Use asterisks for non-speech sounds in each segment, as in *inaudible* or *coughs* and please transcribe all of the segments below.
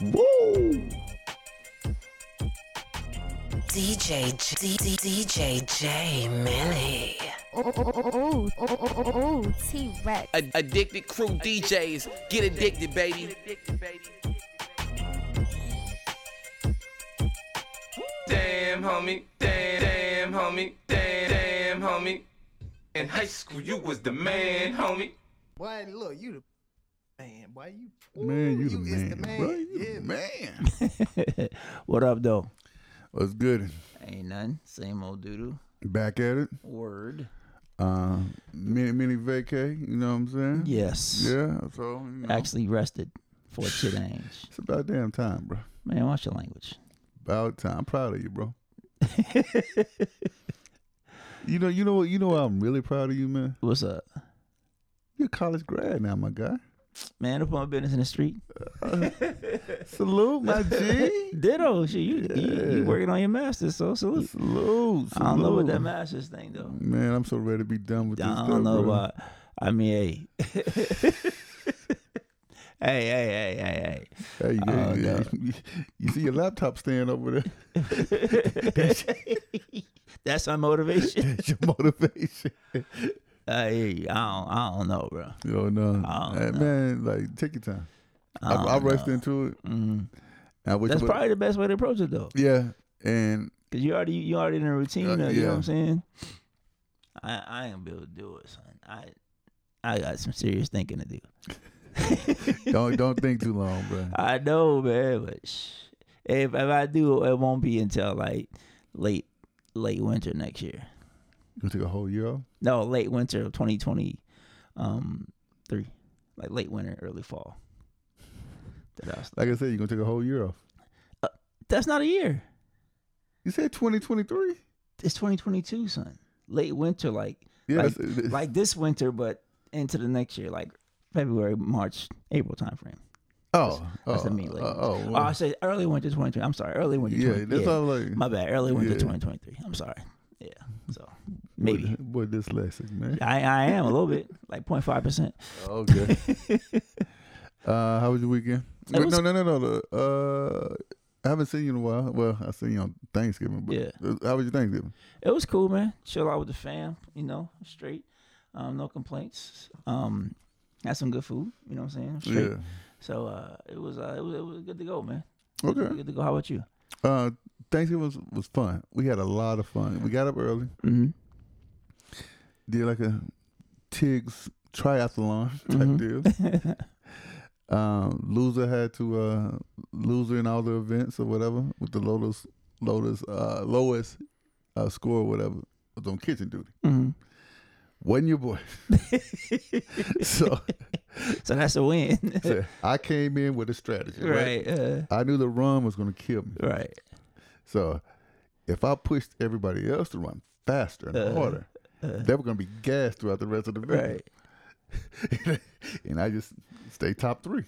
Woo! DJ J- D- DJ J Millie. Oh, oh, oh, oh, oh, oh, oh, oh, oh, T Rex. Ad- addicted crew DJs, get addicted, baby. Damn, homie. Damn, damn, homie. Damn, damn, homie. In high school, you was the man, homie. Boy, look, you the man. Boy, you Man, Ooh, you the is man. bro. You the yeah, man. man. What up, though? *laughs* What's good? Ain't none. Same old doodle. Back at it. Word. Uh, mini mini vacay. You know what I'm saying? Yes. Yeah. So you know, Actually rested for a change. it's about damn time, bro. Man, watch your language. About time. I'm proud of you, *laughs* bro. you know, you know what? You know why I'm really proud of you, man. What's up? You're a college grad now, my guy. Man, up on my business in the street. Salute, my *laughs* G. Ditto. Shit, you, you, you working on your master's, so salute. Salute. I don't know what that salute. master's thing, though. Man, I'm so ready to be done with this. I stuff, don't know bro. about. I mean, hey. *laughs* Hey, hey, hey, hey, hey. Hey, you, Oh, you- no. you, *laughs* you see your laptop stand over there? *laughs* That's my *laughs* motivation. That's your *laughs* motivation. Hey, I don't, I don't know, bro. Yo, no, I Hey, don't know. man, like take your time. I, don't I, rest into it. Mm. I wish That's it would- probably the best way to approach it, though, yeah, and because you already, you already in a routine. Uh, now, You yeah. know what I'm saying? I, I ain't gonna be able to do it, son. I, I got some serious thinking to do. don't don't think too long, bro. *laughs* I know, man, but sh- if if I do, it won't be until like late, late winter next year. You took a whole year off. No, late winter of 2020, um, three, like late winter, early fall. That I was- Like I said, you're gonna take a whole year off. That's not a year. You said 2023. It's 2022, son. Late winter, like Yeah, Like- that's, that's- like this winter, but into the next year, like February, March, April timeframe. oh, oh, That's the mean late. oh, winter. oh, oh, I said early winter 2023. I'm sorry, early winter. yeah, 20 that's all like My bad. Early winter Yeah. 2023. I'm sorry. Yeah. So maybe. *laughs* boy, boy this lesson, man. I, I am a little bit, like 0.5%. *laughs* Okay. uh, how was your weekend? It Wait, was- no, no, no, no. the, Uh, I haven't seen you in a while. Well, I seen you on Thanksgiving. But Yeah. uh, How was your Thanksgiving? It was cool, man. Chill out with the fam, you know, straight. Um, no complaints. Um, had some good food, you know what I'm saying? Straight. So uh, it was uh, it was it was good to go, man. Yeah. It was Okay. good to go. How about you? Uh, Thanksgiving was, was fun. We had a lot of fun. We got up early. Mm-hmm. Did like a Tiggs triathlon type Mm-hmm. deal. *laughs* um, loser had to uh, loser in all the events or whatever with the lowest lowest uh, lowest uh, score or whatever was on kitchen duty. Mm-hmm. wasn't your boy. *laughs* so, So that's a win, *laughs* so I came in with a strategy. Right. right? Uh, I knew the run was going to kill me. right. So if I pushed everybody else to run faster and Uh, harder, they were going to be gassed throughout the rest of the race. Right. *laughs* and I just stay top three.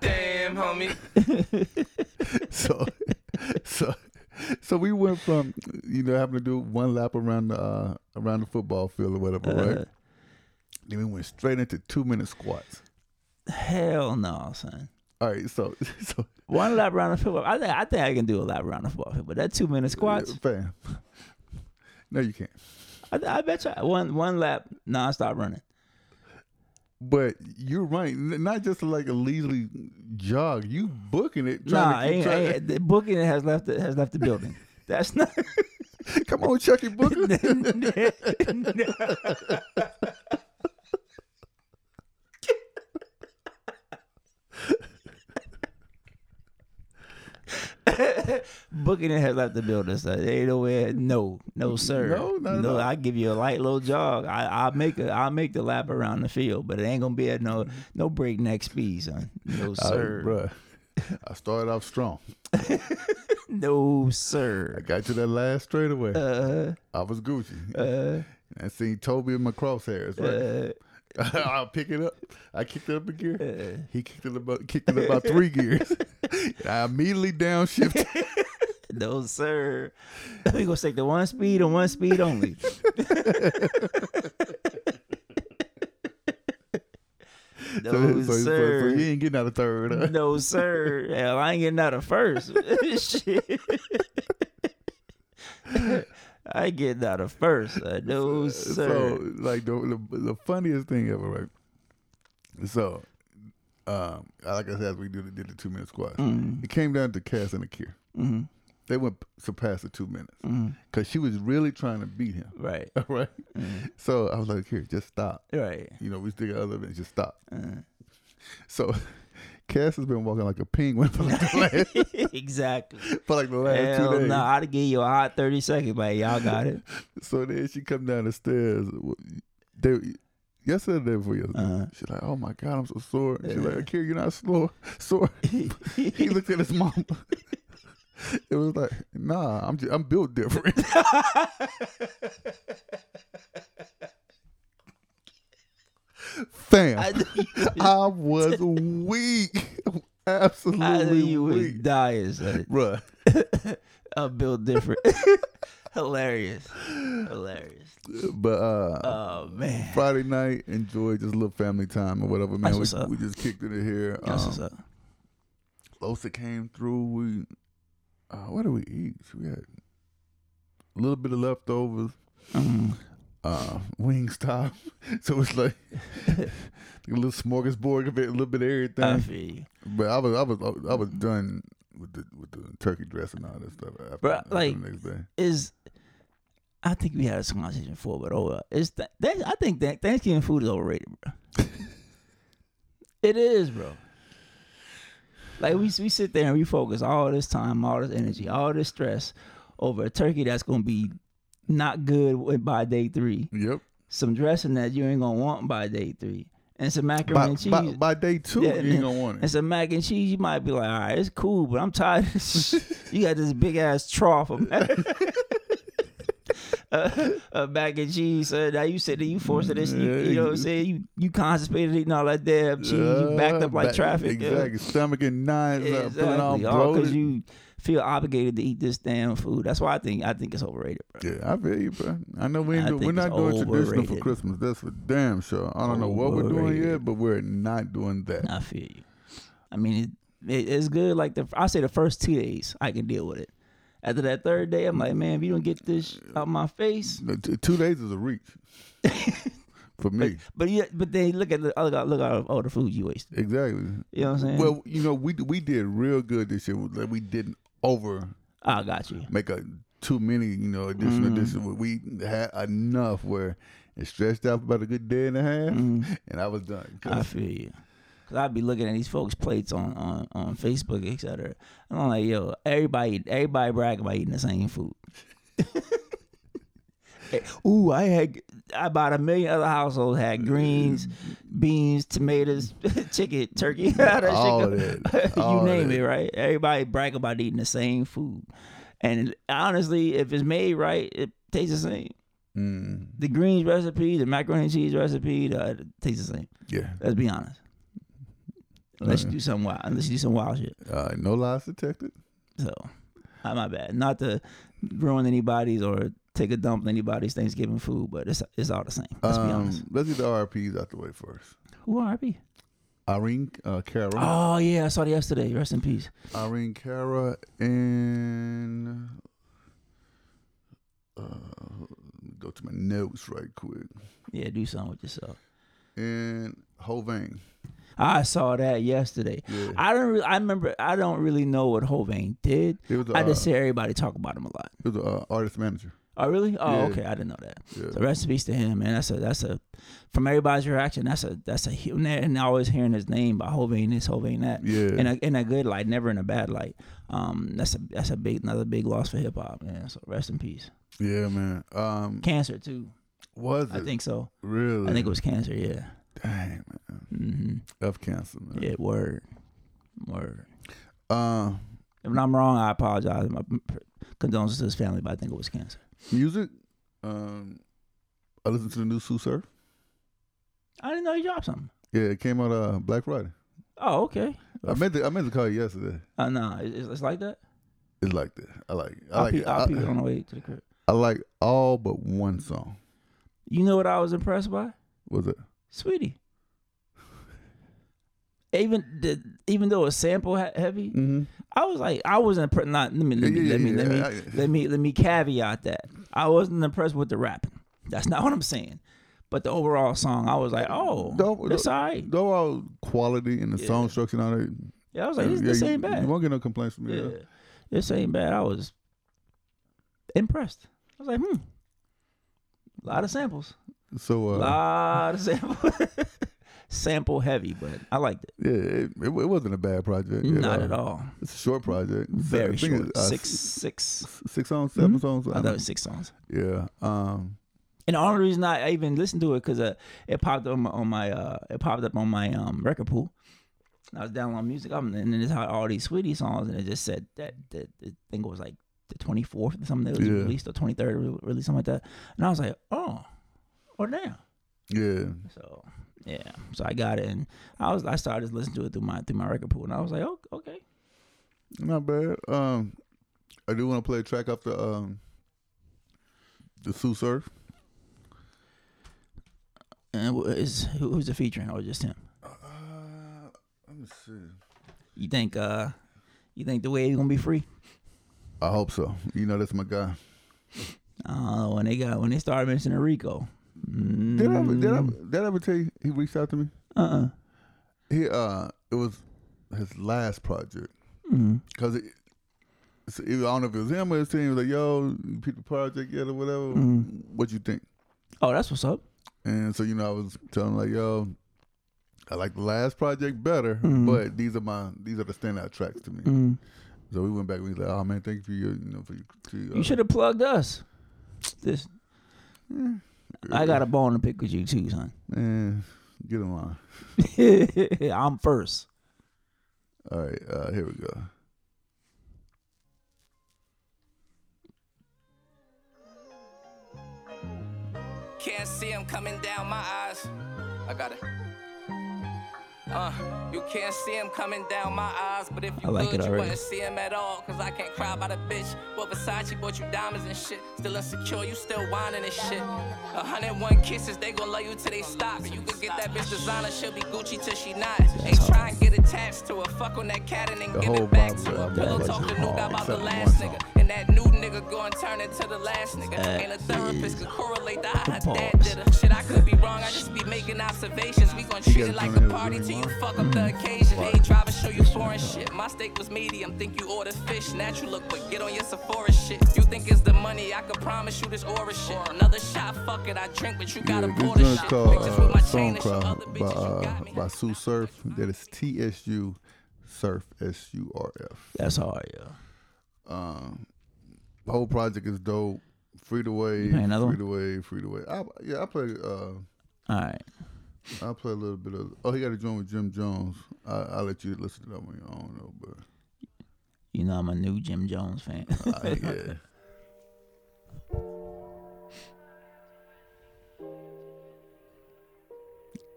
Damn, homie. so, *laughs* so, so we went from you know having to do one lap around the uh, around the football field or whatever, Uh, right? Then we went straight into two minute squats. *laughs* Hell no, son. All right, so *laughs* so One lap around the football. I think I think I can do a lap around the football field, but that two minute squats. *laughs* Fam. No, you can't. I, I bet you one one lap nonstop running. But you're right. N- Not just like a leisurely jog. You booking it. Trying Nah, to keep ain't, trying- ain't, the booking has left the, has left *laughs* the building. That's not. *laughs* Come on, Chucky Booker. Booking it has left the building. So they ain't nowhere. No, no, sir. No, not at no. all. I give you a light little jog. I I make a I make the lap around the field, but it ain't gonna be at no no breakneck speed, son. No I- sir. bruh, I started off strong. no I sir. got to that last straightaway. Uh, I was Gucci. uh, I seen Toby in my crosshairs. Right? uh, *laughs* I'll pick it up. I kicked it up a gear. Uh. he kicked it about kicked it about three *laughs* gears. I immediately downshifted. no sir. We *laughs* gonna take the one speed and one speed only. so, so, No, so- so sir. you ain't getting out of third. huh? No, sir. Hell, I ain't getting out of first. *laughs* Shit. *laughs* I ain't getting out of first. Uh, no, sir. *laughs* So like the, the the funniest thing ever, right? So, um, like I said, we did, did the two minute squad. Mm-hmm. It came down to Cass and Akir. Mhm. They went surpassed the two minutes because she was really trying to beat him, *laughs* mm-hmm. Right. right? Mm-hmm. So I was like, here, just stop. Right. Uh, You know, we still got other events. Just stop. So. *laughs* Cass has been walking like a penguin for like the *laughs* last, *laughs* exactly. for like the last two Hell days. no, I'd give you a hot 30 seconds, but y'all got it. So then she come down the stairs. They, yesterday, the day before yesterday, Uh-huh. she's like, "Oh my god, I'm so sore." She's like, "Akira, you're not sore." Sore. *laughs* he looked at his mom. *laughs* it was like, "Nah, I'm just, I'm built *laughs* different." *laughs* Fam, I I, knew *laughs* you, was weak, *laughs* I knew absolutely you was weak, dying, *laughs* son. bruh. I'm built *laughs* different. Hilarious. Hilarious. But uh, Oh, man. Friday night, enjoy just a little family time or whatever, man. That's We, what's up. we just kicked it in here. That's what's Um, up. Losa came through. We uh, what did we eat? We had a little bit of leftovers. Mm. Uh, wing stop. *laughs* so it's *laughs* like a little smorgasbord of it, a little bit of everything. I feel you. but I was I was I was done with the with the turkey dress and all that stuff after, Bruh, after like- the next day. is I think we had this conversation before, but oh, uh, it's th- that I think that Thanksgiving food is overrated, bro. *laughs* it is, bro. Like we we sit there and we focus all this time, all this energy, all this stress over a turkey that's gonna be not good wi- by day three, Yep. some dressing that you ain't gonna want by day three, and some macaroni By, and cheese. by, by day two, Yeah, *laughs* you ain't gonna want And it. some mac and cheese, you might be like, all right, it's cool, but I'm tired. of this shit." *laughs* you got this big ass trough of mac, *laughs* uh, of mac and cheese. Uh, now you sit there, you forced to this. You, you know what I'm saying? You you constipated eating all that damn cheese. you backed up like Back- traffic. uh, Exactly. Stomach and nines, uh, feeling all Exactly. All bloated. because you feel obligated to eat this damn food. That's why I think I think it's overrated, bro. Yeah, I feel you, bro. I know we ain't I do, we're think it's not doing traditional for overrated. Christmas. That's for damn sure. I don't know what we're doing yet, Overrated. but we're not doing that. I feel you. I mean, it, it, it's good. Like the I say, the first two days I can deal with it. After that third day, I'm like, man, if you don't get this out my face, The t- two days is a *laughs* reach for me. but yeah, but then look at the look at look at all the food you wasted. exactly. You know what I'm saying? Well, you know, we we did real good this year. Like we didn't over I got you. make a too many, you know, additional Mm-hmm. additional. We had enough where it stretched out for about a good day and a half, and I was done. 'Cause Mm-hmm. I feel you. Cause I'd be looking at these folks' plates on on, on Facebook, etc. And I'm like, yo, everybody everybody bragging about eating the *laughs* same food. Hey, Ooh, I had about a million other households had greens, beans, tomatoes, *laughs* chicken, turkey, *laughs* how that shit All go? that, *laughs* you all name that. it, right? Everybody brag about eating the same food, and honestly, if it's made right, it tastes the same. mm, The greens recipe, the macaroni and cheese recipe, the, it tastes the same. yeah, Let's be honest. Unless you do some wild, unless you do some wild shit. uh, no lies detected. So, uh, my bad. Not to ruin anybody's or take a dump in anybody's Thanksgiving food, but it's it's all the same. Let's be honest. Um, let's get the RPs out the way first. Who are we? Irene uh, Carroll. Oh yeah, I saw that yesterday. Rest in peace. Irene Cara and uh, go to my notes right quick. Yeah, do something with yourself. And Hovain. I saw that yesterday. Yeah. I don't. Really, I remember. I don't really know what Hovain did. It was, I just uh, hear everybody talk about him a lot. He was an uh, artist manager. Oh really? Oh Yeah. okay, I didn't know that. Yeah. So rest in peace to him, man. That's a that's a from everybody's reaction. That's a that's a hu- and always hearing his name by Hovain this, Hovain that. Yeah. In a in a good light, never in a bad light. Um, that's a that's a big another big loss for hip hop, man. So rest in peace. Yeah, man. Um, Cancer too. was it I think so. really? I think it was cancer. Yeah. Dang, man. Mm-hmm. F cancer, man. Yeah. Word. Word. Uh, If I'm wrong, I apologize. My condolences to his family, but I think it was cancer. music. Um, I listened to the new Sue Surf. I didn't know he dropped something. Yeah, it came out uh Black Friday. Oh, okay. I meant to, I meant to call you yesterday. Uh, nah, it's, it's like that. It's like that. I like. It. I I'll, like. pe- it. I'll I- peep it on the way to the crib. I like all but one song. You know what I was impressed by? Was it? Sweetie. even the, even though it's sample he- heavy, I was like, I wasn't impre- not. Let me let me Yeah, yeah, Mm-hmm. let me, let, me yeah, let I- me let me caveat that I wasn't impressed with the rapping. That's not what I'm saying. But the overall song, I was like, oh, Though- it's though- alright. Though all quality and the song structure and all that. Yeah, I was like, this, yeah, this you- ain't bad. You won't get no complaints from me. yeah. though. this ain't bad. I was impressed. I was like, hmm, a lot of samples, So uh, a lot of samples, *laughs* sample heavy, but I liked it. yeah, it, it, it wasn't a bad project. uh, Not at all. It's a short project. It's- I Very think short. it's, uh, six, six. six songs, 7 songs. I don't- thought it was six songs. yeah. Um, And the only reason I I even listened to it because uh, it popped up on my, on my uh, it popped up on my um, record pool. And I was downloading music, um, and then it had all these Sweetie songs, and it just said that that the thing was like the twenty fourth or something that was Yeah. released or twenty third release something like that. And I was like, oh, or now. yeah. So yeah, so I got it, and I was I started listening to it through my through my record pool, and I was like, oh, okay, Not bad. Um, I do want to play a track off the um, the Sue Surf. and wh- is who- who's the featuring or just him? Uh, Let me see. You think uh, you think the wave gonna be free? I hope so. You know that's my guy. Uh, when they got when they started mentioning Rico. Mm-hmm. Did I ever, did I did I ever tell you he reached out to me? Uh uh Mm. He uh, it was his last project Mm-hmm. because it. it's- I don't know if it was him or his team. He was like, "Yo, you peep the project yet or whatever? What you think?" Oh, that's what's up. And so, you know, I was telling him like, yo, I like the last project better, but these are my these are the standout tracks to me. Mm-hmm. So we went back and we was like, oh man, thank you for your, you know, for your. To, your- uh, You should have plugged us. This I got a bone to pick with you too, son. *laughs* Man, get in line. I'm first. All right, uh, here we go. Can't see him coming down my eyes. I got it. Uh, you can't see him coming down my eyes, but if I you like it could, you already. wouldn't see him at all. Cause I can't cry about a bitch. But Versace bought you diamonds and shit. Still insecure, you still whining and shit. 101 kisses, they gon' love you till they stop. You could get that bitch designer, she'll be Gucci till she not. Ain't try and get attached to her. Fuck on that cat and then The give whole it back vibe to of her. that Pillow was talk the new guy hard, about the except last one song. nigga. And that new nigga go and turn into the last nigga. Ain't a therapist could correlate the how her dad did her. Shit, I could be wrong, I just be making observations. We gon' treat gotta it like turn a it party really till you long. fuck up the occasion. They drive and show you foreign shit. My steak was medium, think you ordered fish. Natural look, but get on your Sephora shit. You think it's the money, I could promise you this aura shit. Another shot, fuck it, I drink, but you Yeah, gotta this pour joint the is shit. called Pictures with uh, my chain Song and show Cry other by, bitches, you uh, got me. by Sue Surf. That is T S U Surf S U R F. Um, That's hard, yeah. The whole project is dope. Free to wave, play another free to wave, free to wave. I, yeah, I play. Uh, All right. I'll play a little bit of. Oh, he got a joint with Jim Jones. I, I'll let you listen to that one. I don't know, but You know I'm a new Jim Jones fan. *laughs* uh, yeah.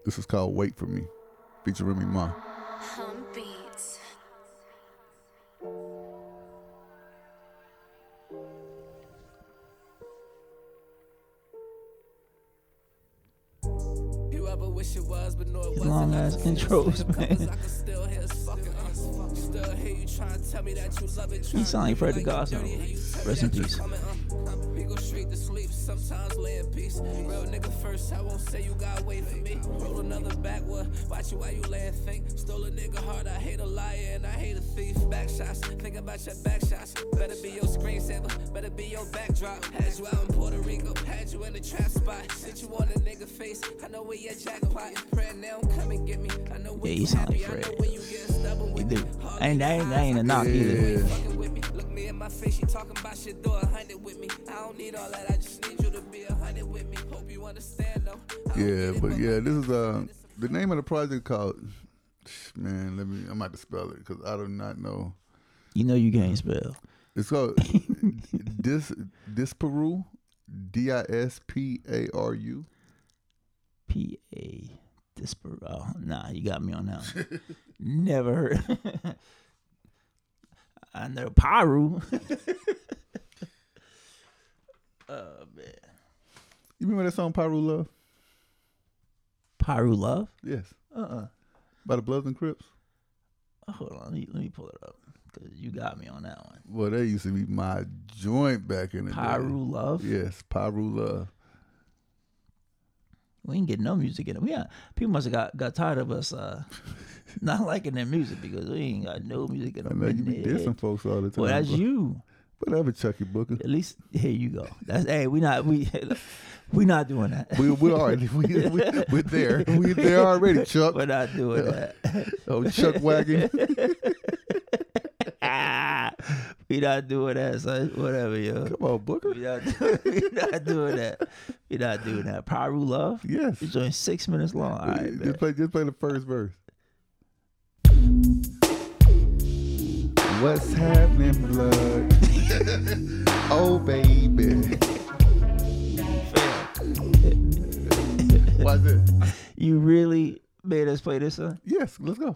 this is called "Wait for Me," featuring Remy Ma. Home beats. You ever wish it was, but no, it wasn't. Long ass controls, man. *laughs* I can still hear his fucking uh, Still hear you trying to tell me that you love it. He sound like Fred the Godson. Rest in peace. Coming uh, up, we go straight to sleep. Sometimes lay in peace. Real nigga first, I won't say you gotta wait for me. Roll another backward, watch you while you lay and think. Stole a nigga heart, I hate a liar and I hate a thief. Back shots, think about your back shots. Better be your screensaver, better be your backdrop. Had you out in Puerto Rico, had you in the trap spot. Sit you on a nigga face, I know where your jackpot. Praying now, come and get me. I know Yeah, where you you sound like happy, I know Fred. when you get stubborn You with do. me. Ain't that ain't, that ain't a knock either. Fucking with me. Look me in my face, you talking about shit, do a hundred with me. I don't need all that, I just need you to be a hundred with me. Hope you understand though. I don't Yeah, get it, but yeah, this is uh the name of the project called. Man, let me. I'm about to spell it because I do not know. You know you can't spell. It's called *laughs* Dis Disparu, D I S P A R U. P A Dispar. Oh, nah, you got me on that. one. *laughs* never heard. *laughs* I know Paru. *laughs* Oh, You remember that song Pyro Love? Paru love. Yes. Uh uh By the Bloods and Crips. Oh, Hold on, let me, let me pull it up because you got me on that one. Well, they used to be my joint back in the day. Pyru Love. *laughs* Yes, Pyru Love. We ain't get no music in it. We got, people must have got, got tired of us uh, *laughs* not liking their music because we ain't got no music in I know you be dissing it. folks all the time. Well, that's but you. Whatever, Chucky *laughs* Booker. At least here you go. That's hey, we not we *laughs* we not doing that. We we already we, *laughs* we we're there. We there already, Chuck. We're not doing that. Oh, *laughs* Chuck Wagon. Ah, we not doing that. Son. Whatever, yo. Come on, Booker. We not, *laughs* we not doing that. We not doing that. Pyru Love. Yes. It's only six minutes long. All right, man. just play just play the first verse. What's happening, blood? *laughs* oh baby. Why's it? You really made us play this song. Yes, let's *laughs* go.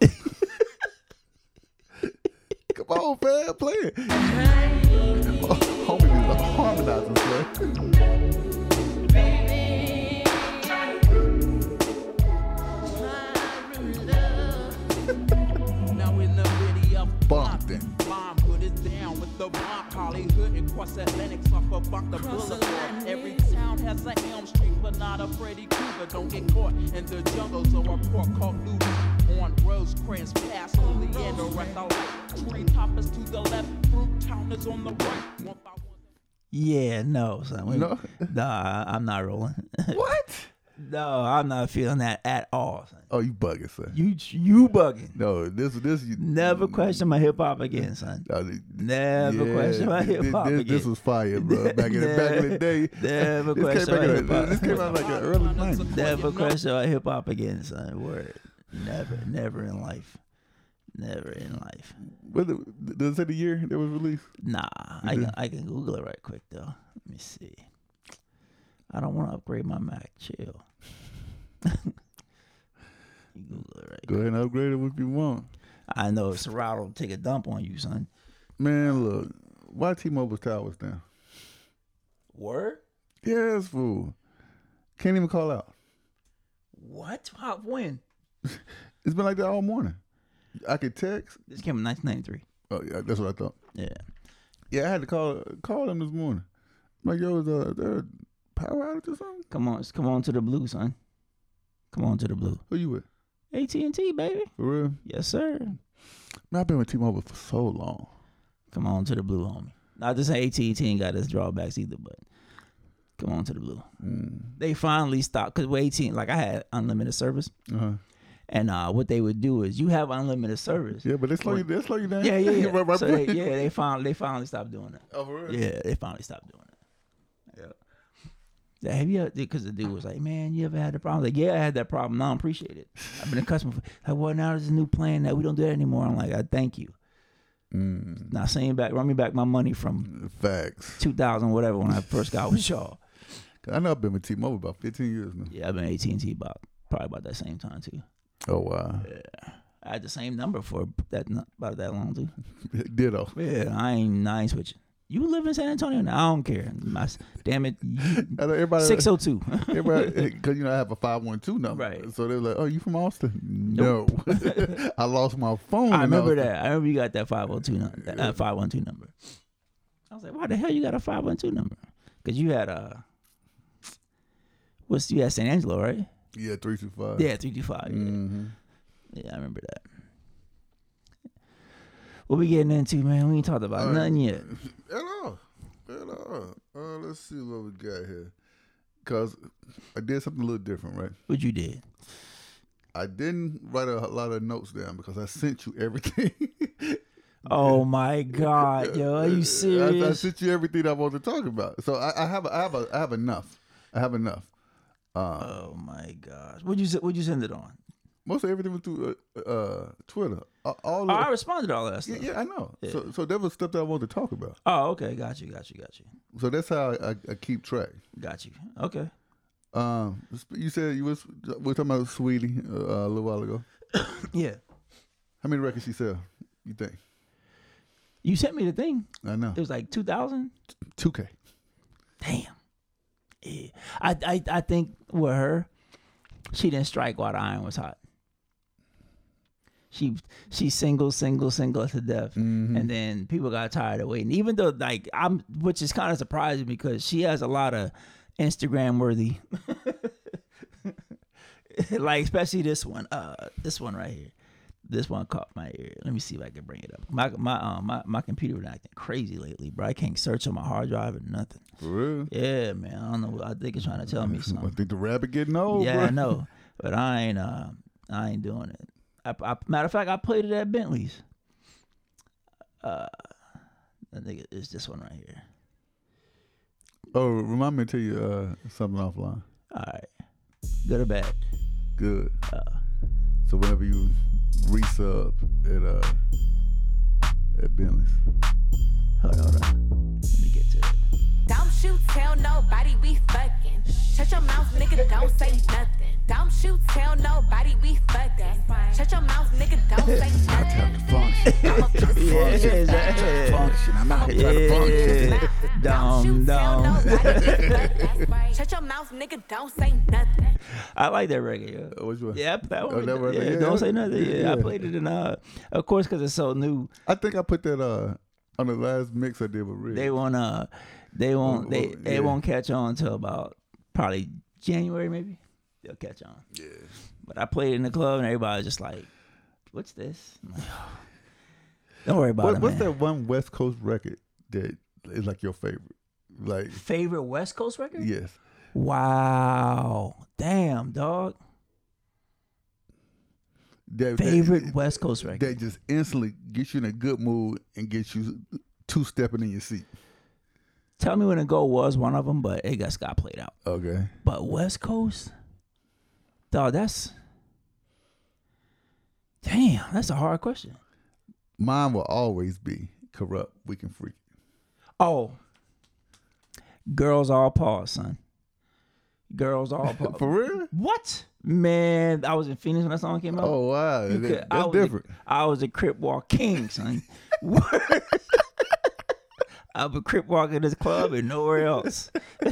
Come on, fam, play it. Homie be like harmonizing, fam. Now in the video, Bumping. bomb hood is down with the bomb. Hollywood and cross Atlantic, off of Buck the Boulevard. Every town has a Elm Street, but not a Freddy Krueger. Don't get caught in the jungles or a port called Lulu. On Rosecrans, past Leander, right the light. Tree toppers to the left, fruit town is on the right. One by one. Yeah, no, son. We, No? Nah, I'm not rolling. *laughs* What? no, I'm not feeling that at all. Son. Oh, you bugging, son. You you bugging. no, this this you Never question my hip hop again, son. Uh, th- Never question my thi- thi- hip hop This, this again. was fire, bro. Back in the back in the day, *laughs* Never this question came, my back in hip the- hop. this came out like an early nineties. Never question about hip hop again, son. Word. Never, never in life. Never in life. What the- Does it say the year that was released? Nah, I can, I can Google it right quick though. Let me see. I don't want to upgrade my Mac. Chill. *laughs* you Google it right. Go Quick. ahead and upgrade it if you want. I know Serato will take a dump on you, son. Man, look, why T-Mobile's towers down? Word. Yes, fool. Can't even call out. What? How, when? It's been like that all morning. I could text. This came in 1993. Oh yeah, that's what I thought. Yeah. Yeah, I had to call call them this morning. I'm like, yo, is uh, there a power outage or something? Come on, come on to the blue, son. Come on to the blue. Who you with? AT and T, baby. For real? Yes, sir. Man, I've been with T-Mobile for so long. Come on to the blue, homie. Not to say AT and T E ain't got its drawbacks either, but come on to the blue. Mm, They finally stopped because with AT, like I had unlimited service, Uh-huh. and uh, what they would do is you have unlimited service. Yeah, but they slow you. They slow you down. *laughs* yeah, yeah. yeah. right, right. *laughs* so they, yeah, they finally they finally stopped doing that. Oh, for real? Yeah, they finally stopped doing it. Yeah. Have you? Because the dude was like, "Man, you ever had a problem?" Like, yeah, I had that problem. Now I appreciate it. I've been a customer. For, like, well, now there's a new plan that we don't do that anymore. I'm like, I thank you. Not saying back, run me back my money *laughs* from Facts. 2000 whatever when I first got *laughs* with y'all. 'Cause I know I've been with T-Mobile about 15 years now. Yeah, I've been AT and T about probably about that same time too. Oh wow. *laughs* I had the same number for that nu- about that long too. Ditto. Yeah, I ain't, I ain't switching. You live in San Antonio? now? I don't care. My, damn it, *laughs* I know Uh, everybody. 602. *laughs* Everybody, *laughs* because you know I have a 512 number. Right. So they're like, "Oh, you from Austin?" No. *laughs* I lost my phone. I in remember Austin. that. I remember you got that 502 number. That uh, 512 number. I was like, why the hell you got a 512 number? Because you had a. What's you had San Angelo, right? Yeah, three two five. Yeah, 325. Mm-hmm. Yeah. yeah, I remember that. What we getting into, man? We ain't talked about All right. nothing yet. At all. At all. Uh, let's see what we got here. Cause I did something a little different, right? What you did? I didn't write a lot of notes down because I sent you everything. *laughs* Oh my God, yo, *laughs* are you I, I serious? sent you everything I wanted to talk about. So I, I have I have I have enough. I have enough. Uh, Oh my gosh, what you s- what you send it on? Most of everything was through uh, uh, Twitter. Uh, all Oh, I of, responded to all that yeah, stuff. yeah, I know. So so that was stuff that I wanted to talk about. Oh, okay, got you, got you, got you, So that's how I, I keep track. got you. Okay, Um, you said you was we were talking about Sweetie uh, a little while ago. yeah. How many records she sell? You think? You sent me the thing. I know. It was like two thousand. Two K. Damn. Yeah. I, I I think with her, she didn't strike while the iron was hot. She she single, single, single to death, Mm-hmm. and then people got tired of waiting. Even though like I'm, which is kind of surprising because she has a lot of Instagram worthy, *laughs* like especially this one, uh, this one right here. This one caught my ear. Let me see if I can bring it up. My my um my, my computer been acting crazy lately, bro. I can't search on my hard drive or nothing. For real. Yeah, man. I don't know. what- I think it's trying to *laughs* tell me I something. think the rabbit getting old. Oh, bro. *laughs* yeah, I know, but I ain't. Uh, I ain't doing it. I, I, matter of fact, I played it at Bentley's. Uh, I think it- it's this one right here. Oh, remind me to tell you uh, something offline. All right, good or bad? Good. Uh. so whenever you resub at uh at Bentley's, Hold on, hold on. Let me get to it. Don't you tell nobody we fucking. Shut your mouth, nigga, don't say nothing. Don't you tell nobody we fucking. Shut your mouth, nigga, don't say nothing. *laughs* Yeah, function. I'm out here trying to function. yeah. Dumb, dumb. Shut your mouth, nigga, don't say nothing. I like that record. yo. Oh, which one? Yeah, that one. that one, yeah, yeah, don't yeah. say nothing. Yeah, I Yeah. played it in uh, of course, because it's so new. I think I put that uh on the last mix I did with Rick. They won't. Uh, they won't. They they yeah. won't catch on till about probably January, maybe. They'll catch on. Yeah. But I played in the club and everybody was just like, "What's this?" I'm like, *sighs* Don't worry about what, it. what's man. that one West Coast record that is like your favorite? Like favorite West Coast record? yes, Wow. Damn, dog. that, that- Favorite West Coast that, record. just instantly gets you in a good mood and gets you two stepping in your seat. Tell me when the goal was one of them, but it just got played out. Okay, But West Coast, dog, that's damn. That's a hard question. mine will always be corrupt, weak and freak. Oh, girls all pause, son. Girls all pause. *laughs* For real? what man? I was in Phoenix when that song came out. Oh wow, You that- could- I that's was different. A, I was a crip walk king, son. *laughs* I'm a crip walk in this club and nowhere else. *laughs*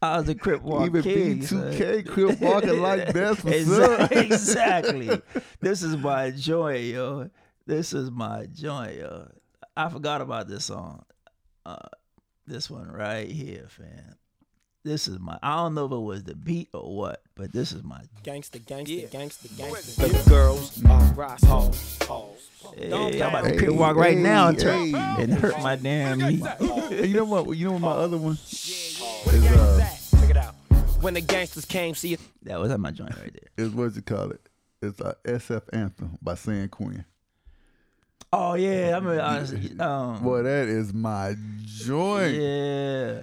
I was a crip walk Even king. son. B2K crib walking like *laughs* that's what's up. Exactly. exactly. This is my joy, yo. This is my joy, yo. I forgot about this song. Uh, this one right here, fam. This is my. I don't know if it was the beat or what, but this is my. Gangsta, gangsta, gangsta, gangsta. Them girls are rock hoes. Hey, Don't I'm about to hey, crip walk right now and, hey, turn- hey. and hurt my damn knee. And *laughs* you know what? You know what my other one? uh, Check it out. When the gangsters came, see it. That was at my joint right there. Is what you call it? It's a SF anthem by San Quinn. Oh yeah, I *laughs* mean, honestly, um, Boy, that is my joint. yeah,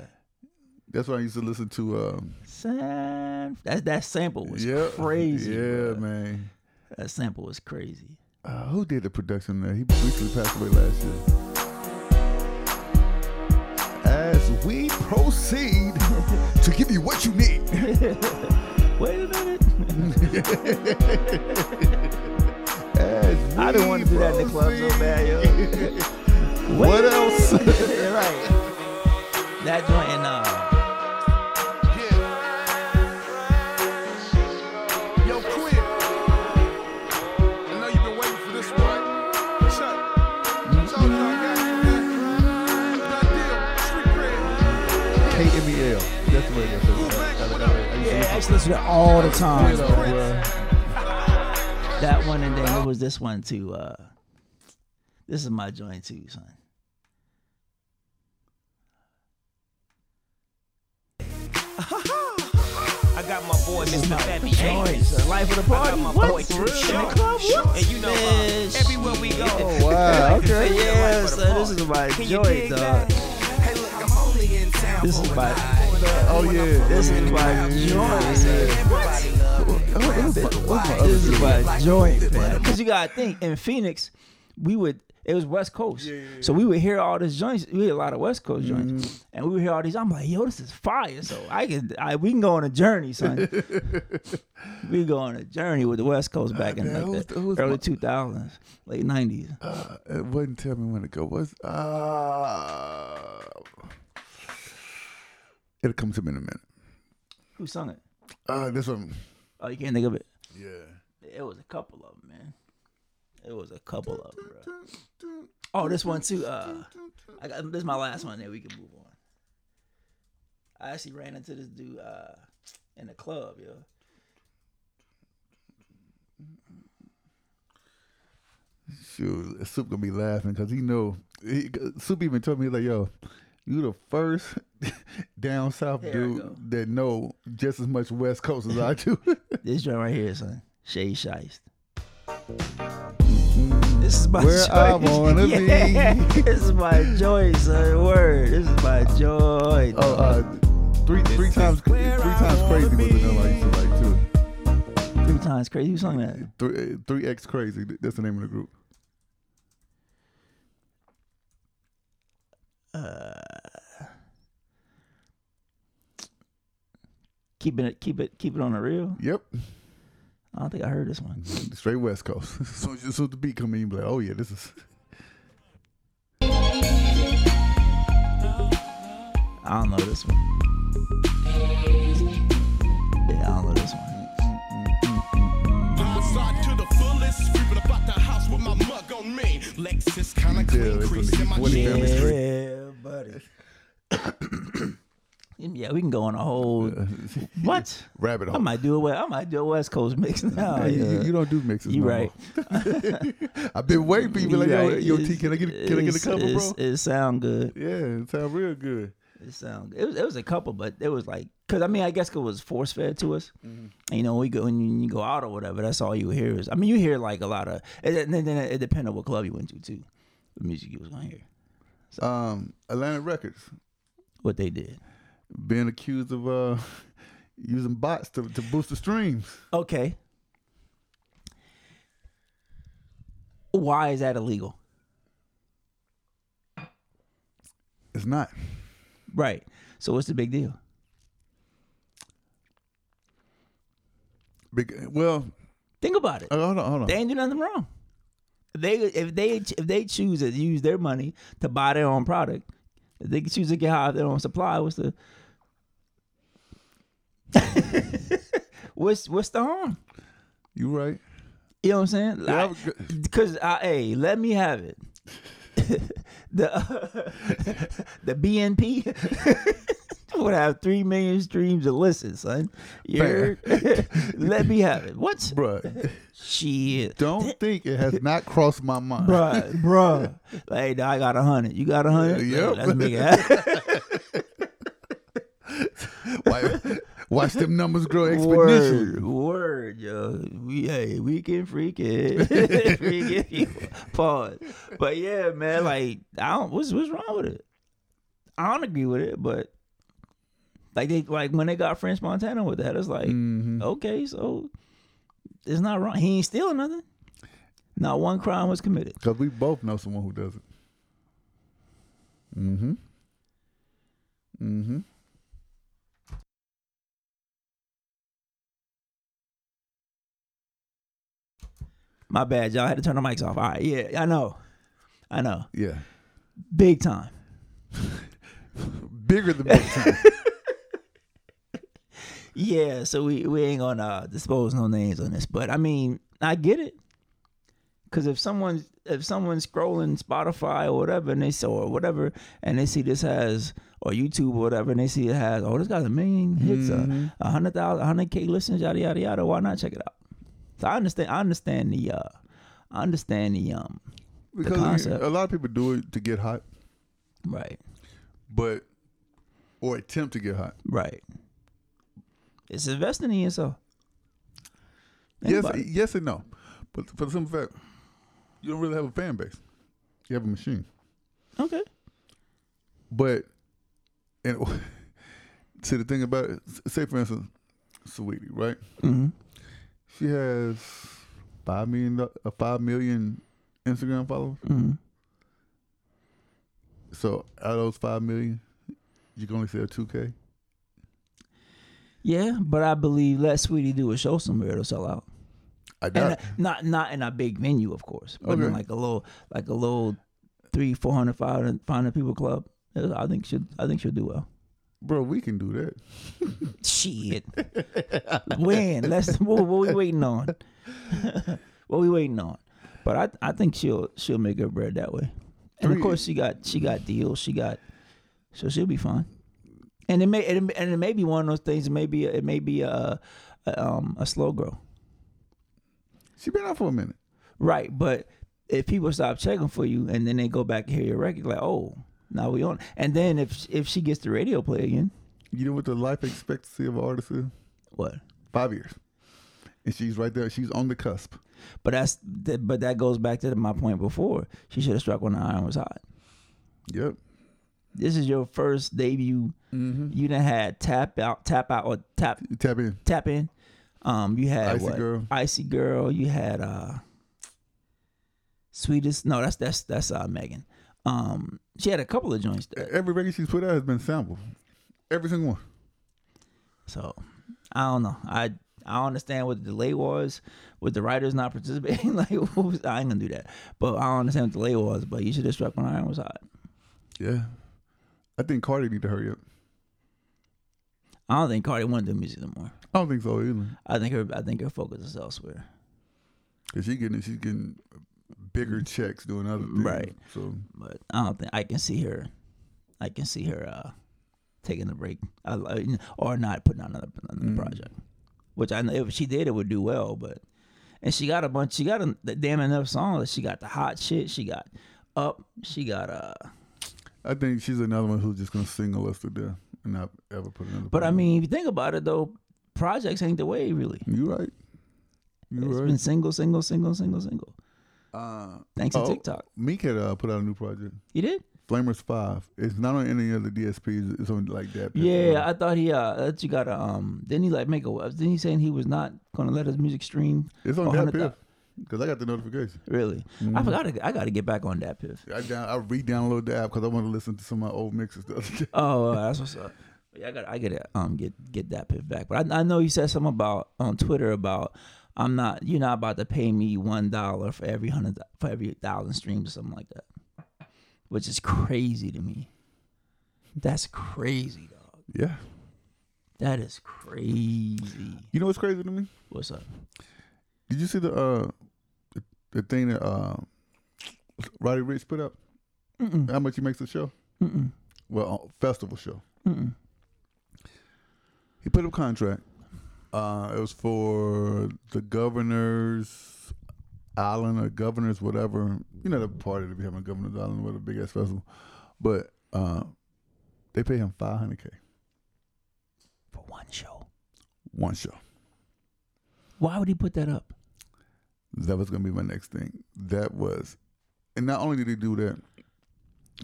That's what I used to listen to. Um, San, that that sample was yeah, crazy. Yeah, bruh. man. that sample was crazy. Uh, who did the production there? He recently passed away last year. As we proceed *laughs* to give you what you need. Wait a minute. As *laughs* I we didn't want to do that in the club so proceed. bad, yo. Wait What a *laughs* else? minute. Yeah, right. That joint and uh, Yo, Quinn. I know you've been waiting for this one. Chuck. Told you I got you, man. Done deal. Street cred. E KMEL. That's the way they say Who it. back? What up? yeah, I used to listen to that all the time. Hello, bruh. That one and then it was this one too. Uh, this is my joint too, son. I got my boy, Mr. Bappy. Joint, son. life of the I party. got my What? boy, True Short. What? And you know, uh, Fish. everywhere we go. Wow, *laughs* okay. Yeah, son, this is my Can you joint, dig dog. Hey, look, I'm only in town This for is a my- night. Oh yeah, This is my joint. man. Everybody love me. What's my, what's my other This is dude? my joint, man. Because you gotta think in Phoenix, we would it was West Coast, so we would hear all this joints. We had a lot of West Coast joints, Mm-hmm. and we would hear all these. I'm like, yo, this is fire. So I can I, we can go on a *laughs* journey, son. we go on a journey with the West Coast back in man, like who's- the who's early my- 2000s, late 90s. Uh, It wouldn't tell me when to go. What's uh It'll come to me in a minute. Who sung it? Uh this one. Oh, you can't think of it. Yeah. It was a couple of them, man. It was a couple of them, bro. Oh, this one too. Uh, I got, this is my last one. Then we can move on. I actually ran into this dude uh, in the club, yo. Shoot, Soup gonna be laughing because he know. He, Soup even told me he like, "Yo, you the first *laughs* down south Here I go. dude that know just as much West Coast as I do." *laughs* this joint right here, son. Shay Shiest. This is my Where choice. I wanna be. *laughs* yeah. This is my choice, son. Word. This is my joy. Oh, uh, three three times three times crazy was another I used to like too. Oh. Three times crazy. Who sung that? Three three X crazy. That's the name of the group. Keeping it, keep it, keep it on the real. Yep. I don't think I heard this one. Straight West Coast. *laughs* so just so the beat come in, you be like, oh yeah, this is. I don't know this one. Yeah, I don't know this one. Homicide to the fullest, creeping about the house with my mug on me. Lexus kinda clean, crease in my Yeah, buddy. *coughs* yeah, we can go on a *laughs* whole what rabbit I hole. might do a West, I might do a West Coast mix now. Hey, you, yeah. *laughs* you don't do mixes. You no right. more. *laughs* I've *laughs* been waiting for you. Be like, You yo, right. yo, T, can I get a, can I get a It's- cover, it's- bro? It sound good. Yeah, it sound real good. It sound. It was, it was a couple, but it was like because I mean I guess 'cause it was force fed to us. Mhm. And, you know, we go when you- you go out or whatever. That's all you hear is. I mean, you hear like a lot of. And then, then it depends on what club you went to too. The music you was gonna hear. Um, Atlantic Records What they did. being accused of uh *laughs* using bots to, to boost the streams. Okay. Why is that illegal? It's not. Right. So what's the big deal? Big, well, Think about it. uh, hold on, hold on. They ain't do nothing wrong. They if they if they choose to use their money to buy their own product, if they choose to get high off their own supply. What's the *laughs* what's what's the harm? You right. You know what I'm saying? Yeah, I'm Because I hey, let me have it. *laughs* the *laughs* the BNP *laughs* would have three million streams to listen, son. You Fair. heard? *laughs* let me have it. What? *laughs* Bruh, Shit. don't think it has not crossed my mind. bruh, bruh. Like, nah, I got a hundred. You got a hundred? Yep. Let's make it happen. Why- *laughs* watch them numbers grow exponentially. Word, word, yo. We, hey, we can freak it. we can pause. But yeah, man, like, I don't, what's, what's wrong with it? I don't agree with it, but like they, like when they got French Montana with that, it's like, Mm. Mm-hmm. okay, so it's not wrong. He ain't stealing nothing. Not one crime was committed. Because we both know someone who does it. Mm-hmm. Mm-hmm. My bad, y'all had to turn the mics off. All right, yeah, I know. I know. Yeah. Big time. Bigger than big *laughs* time. Yeah, so we, we ain't gonna uh, dispose no names on this, but I mean, I get it. Cause if someone's if someone's scrolling Spotify or whatever and they saw or whatever and they see this has or YouTube or whatever and they see it has oh this got a million hits uh Mhm. a hundred thousand hundred K listens yada yada yada why not check it out? So I understand I understand the uh I understand the um the because concept. a lot of people do it to get hot. Right. But or attempt to get hot. Right. It's investing in yourself. Think yes, about it. yes and no. But for the simple fact, you don't really have a fan base. You have a machine. Okay. But and *laughs* see the thing about it, s- say for instance, Sweetie, right? Mhm. She has five million do- uh, five million Instagram followers. Mhm. So out of those five million, you can only sell two K. Yeah, but I believe let Sweetie do a show somewhere it'll sell out. I doubt And, uh, not not in a big venue, of course, but in Okay. like a little like a little three, four hundred, five hundred, five hundred people club. Uh, I think should I think she'll do well. Bro, we can do that. Shit. when? Let's *laughs* what, what we waiting on? what we waiting on? But I I think she'll she'll make her bread that way. And of course she got she got deals. She got so she'll be fine. And it may it, and it may be one of those things. It may be it may be a, a um a slow grow. She been out for a minute. Right, but if people stop checking for you and then they go back and hear your record, like oh now we on. And then if if she gets the radio play again, You know what the life expectancy of an artist is? What? Five years. And she's right there. She's on the cusp. But that's that, but that goes back to my point before. She should have struck when the iron was hot. Yep. This is your first debut. Mm-hmm. You done had tap out, tap out, or tap tap in, tap in. Um, you had Icy what? Girl. icy girl. You had uh, sweetest. No, that's that's that's uh Megan. Um, she had a couple of joints there. E, Every record she's put out has been sampled. Every single one. So I don't know. I I don't understand what the delay was with the writers not participating. *laughs* like what was, I ain't gonna do that. But I don't understand what the delay was. But you should have struck when the iron was hot. Yeah. I think Cardi need to hurry up. I don't think Cardi want to do music no more. I don't think so either. I think her I think her focus is elsewhere. Cause she getting she's getting bigger checks doing other things. Right. So But I don't think I can see her. I can see her uh, taking a break, I, li- or not putting out another, another project. Which I know if she did, it would do well. But and she got a bunch. She got a damn enough songs. She got the hot shit. She got up. She got uh. I think she's another one who's just gonna single us to death and not ever put another But I mean, if you think about it though, projects ain't the way really. You right. It's been single, single, single, single, single. Uh, Thanks to TikTok. Meek had uh, put out a new project. He did? Flamers Five. It's not on any other DSPs. It's on like that. Yeah, I thought he uh that you got to um didn't he like make a web didn't he saying he was not gonna let his music stream? it's on that 100,000 piff because I got the notification. Really? I Mhm. forgot to, I gotta get back on that piff. I down, I re-download the app because I want to listen to some of my old mixes. The other *laughs* day. Oh, uh, that's what's up. *laughs* Yeah, I got I gotta um get get that piff back. But I, I know you said something about on Twitter about I'm not you're not about to pay me one dollar for every hundred for every thousand streams or something like that, which is crazy to me. That's crazy, dog. yeah. That is crazy. You know what's crazy to me? What's up? Did you see the uh the, the thing that uh Roddy Rich put up? Mm-mm. How much he makes a show? Mm-mm. Well, uh, festival show. Mm-mm. He put up a contract. Uh, it was for the governor's island or governor's whatever. You know, the party to be having a governor's island with a big ass festival. But uh, they pay him 500K For one show. one show. Why would he put that up? That was gonna be my next thing. That was, and not only did he do that,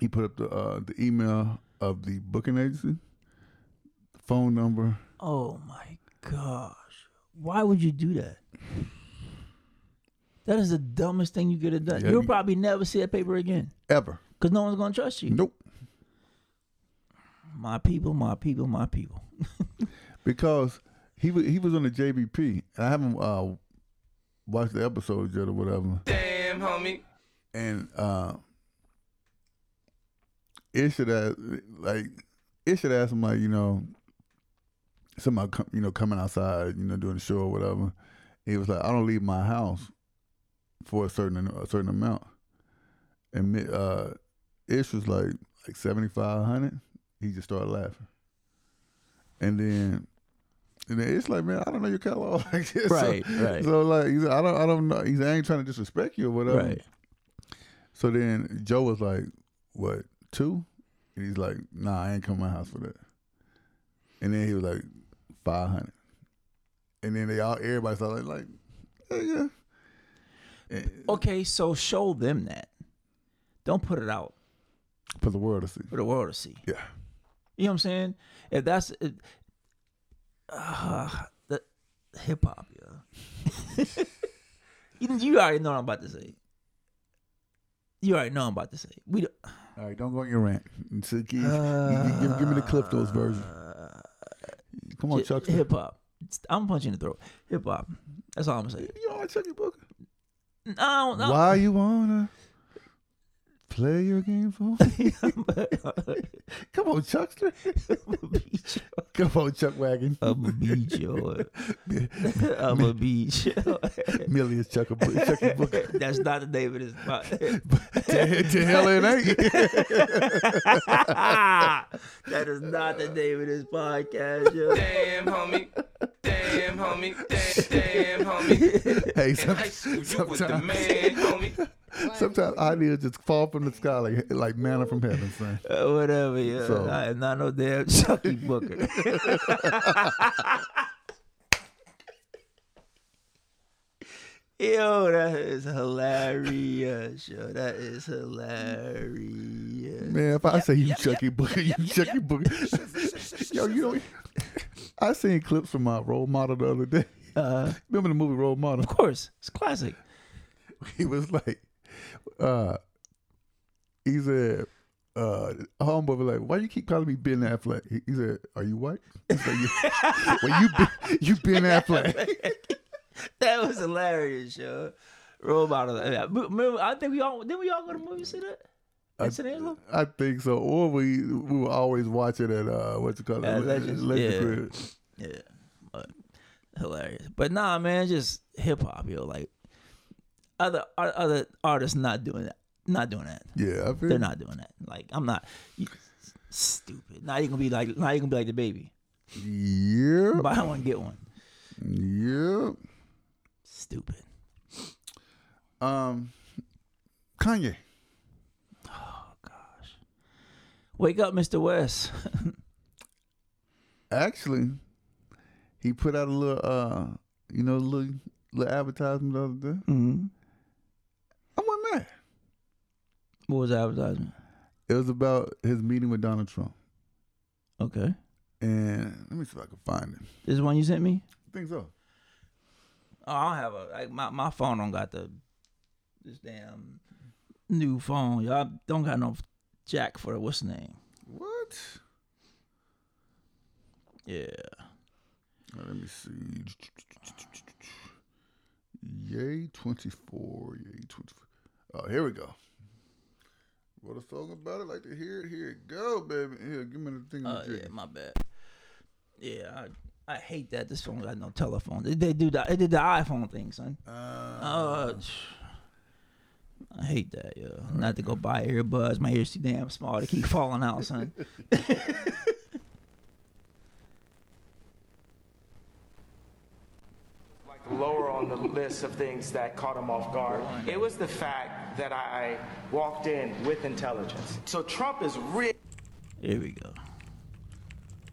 he put up the uh, the email of the booking agency, phone number. Oh my gosh. Why would you do that? That is the dumbest thing you could have done. Yeah, You'll you- probably never see that paper again Ever. because no one's going to trust you. Nope. My people, my people, my people. Because he was he was on the JBP, and I haven't uh, watched the episodes yet or whatever. Damn, homie. And uh, it should have like it should ask him like you know somebody come, you know coming outside you know doing the show or whatever. He was like, I don't leave my house for a certain a certain amount. And mi- uh, Ish was like like seventy five hundred. He just started laughing, and then and then Ish like, man, I don't know your catalog like this. *laughs* Right, so, right. So like, he's like, I don't I don't know. He's like, I ain't trying to disrespect you or whatever. Right. So then Joe was like, what two? And he's like, nah, I ain't come to my house for that. And then he was like, five hundred. And then they all everybody started like, like yeah, yeah. Okay, so show them that. Don't put it out for the world to see. for the world to see. Yeah. You know what I'm saying? If that's it, uh, the hip hop, yeah. *laughs* you, you already know what I'm about to say. You already know what I'm about to say. We don't, All right, don't go on your rant. So give, give, give, give me the Cliff Notes version. Come on, Chuck. hip hop. I'm punching the throat. Hip hop. That's all I'm saying. E. Oh, *laughs* You all right, Chuck? You book? No, no. Why you wanna play your game for? Come on, Chuckster. Come on, Chuck Wagon. *laughs* I'm a beat yo. I'm a beat yo. Millie is Chuck Chucky Booker. *laughs* That's not the name of this to, podcast. to hell it ain't. *laughs* that is not the name of this podcast, yo. Damn, homie. Damn, homie. Damn, damn homie. Hey, In some- high school, you was the sometimes- man, homie. Sometimes ideas just fall from the sky like like manna from heaven, son. Uh, whatever, yeah. So- I am not no damn *laughs* Chucky Booker. Yo, that is hilarious. Yo, that is hilarious. Man, if I say you Chucky Booker, you Chucky Booker. Yo, you know, I seen clips from my role model the other day. Remember the movie Role Model? *laughs* Of course, it's classic. He was like, uh, he said, uh, homeboy was like, why you keep calling me Ben Affleck? He, he said, are you white? He said, "You- *laughs* well, you, Ben- you Ben Affleck. that was hilarious, yo. Role model. Yeah, m- Remember, I think we all did. We all go to the movie and see that. I- In San Angelo. I think so. Or we we will always watch it at uh, what you call it? At Legends, yeah. Crib. Yeah, but hilarious. But nah, man, just hip hop, yo. Like other o- other artists not doing that, not doing that. Yeah, I feel They're not doing that. Like I'm not you- stupid. Now you gonna be like, now you gonna be like the baby. Yeah. Buy one get one. Yeah. Stupid. Um, Kanye. Wake up, Mr. West. *laughs* Actually, he put out a little, uh, you know, little little advertisement the other day. Mm-hmm. I wasn't mad. What was the advertisement? It was about his meeting with Donald Trump. Okay, And let me see if I can find it. this one you sent me. I think so. Oh, I don't have a like my, my phone don't got the this damn new phone. Y'all don't got no jack for what's the name? What? Yeah. Uh, Let me see. Yay 24. Yay 24. Oh, here we go. Wrote a song about it. Like to hear it. Here it go, baby. Here, give me the thing. Oh on the yeah, jig. my bad. Yeah, I, I hate that this phone got no telephone. They, they do that. They did the iPhone thing, son. Uh, I hate that, yeah. Not to go buy earbuds. My ears too damn small. They keep *laughs* falling out, son. lower on the list of things that caught him off guard. It was the fact that I walked in with intelligence. So Trump is real. Here we go.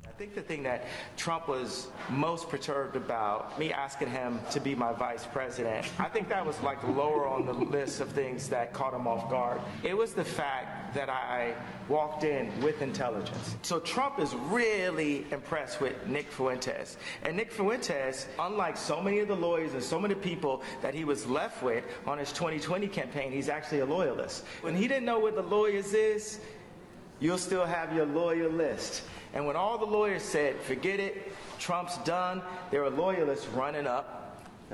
I think the thing that Trump was most perturbed about, me asking him to be my vice president, I think that was like lower on the list of things that caught him off guard. It was the fact that I walked in with intelligence. So Trump is really impressed with Nick Fuentes. And Nick Fuentes, unlike so many of the lawyers and so many people that he was left with on his 2020 campaign, he's actually a loyalist. When he didn't know what the lawyers is, you'll still have your lawyer list. And when all the lawyers said, forget it, Trump's done, there are loyalists running up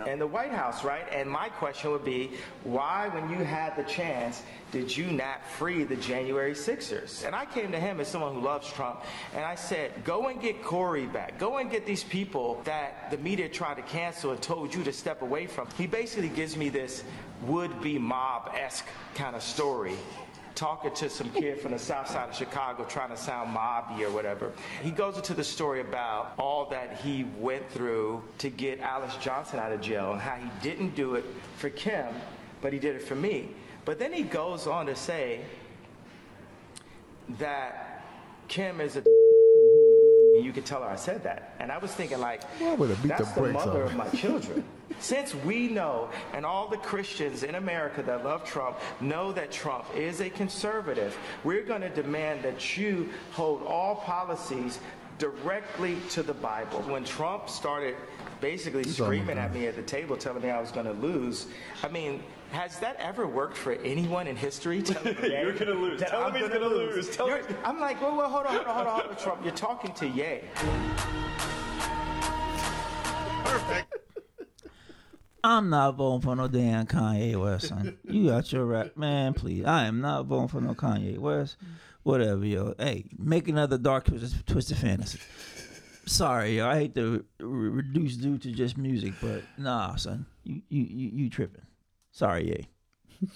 in the White House, right? And my question would be, why, when you had the chance, did you not free the January Sixers? And I came to him as someone who loves Trump, and I said, go and get Corey back. Go and get these people that the media tried to cancel and told you to step away from. He basically gives me this would be mob esque kind of story talking to some kid from the south side of Chicago trying to sound mobby or whatever. He goes into the story about all that he went through to get Alice Johnson out of jail and how he didn't do it for Kim, but he did it for me. But then he goes on to say that Kim is a and you could tell her I said that. And I was thinking like Why would it beat that's the the, brakes mother off? of my children. Since we know, and all the Christians in America that love Trump know that Trump is a conservative, we're going to demand that you hold all policies directly to the Bible. When Trump started basically on my screaming at God. me at the table, telling me I was going to lose, I mean, has that ever worked for anyone in *laughs* history? Telling me You're gonna lose. that Tell I'm him he's gonna gonna lose. Tell You're- I'm like, well, well, hold on, hold on, hold on, hold on, Trump. You're talking to Ye. I I'm not voting for no damn Kanye West, son. You got your rap, man. Please, I am not voting for no Kanye West. Whatever, yo. Hey, make another dark twisted, twisted fantasy. Sorry, yo. I hate to re- reduce dude to just music, but nah, son. You you you, you tripping. Sorry, yay.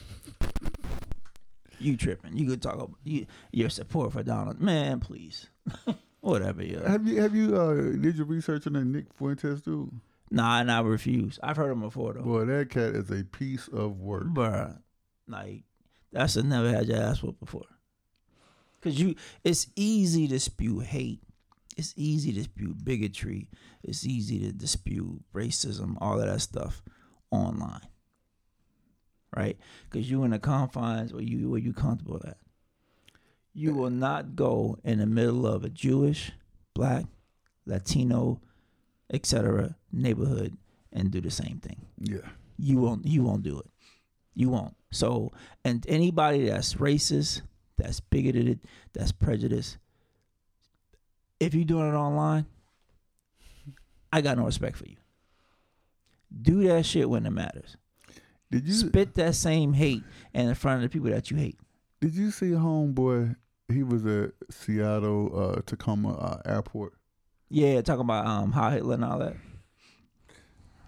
you tripping. You could talk about you, your support for Donald. Man, please. *laughs* Whatever, yo. Have you have you uh did your research on that Nick Fuentes dude? Nah, and I refuse. I've heard him before though. Boy, that cat is a piece of work. Bruh. Like, that's a never had your ass whooped before. Cause you it's easy to spew hate. It's easy to spew bigotry. It's easy to dispute racism, all of that stuff online. Right? Because you in the confines where you where you comfortable at. You will not go in the middle of a Jewish, black, Latino, etc. neighborhood and do the same thing. Yeah. You won't you won't do it. You won't. So and anybody that's racist, that's bigoted, that's prejudiced, if you're doing it online, I got no respect for you. Do that shit when it matters. Did you spit that same hate in front of the people that you hate? Did you see homeboy? He was at Seattle uh, Tacoma uh, Airport. Yeah, talking about um how Hitler and all that.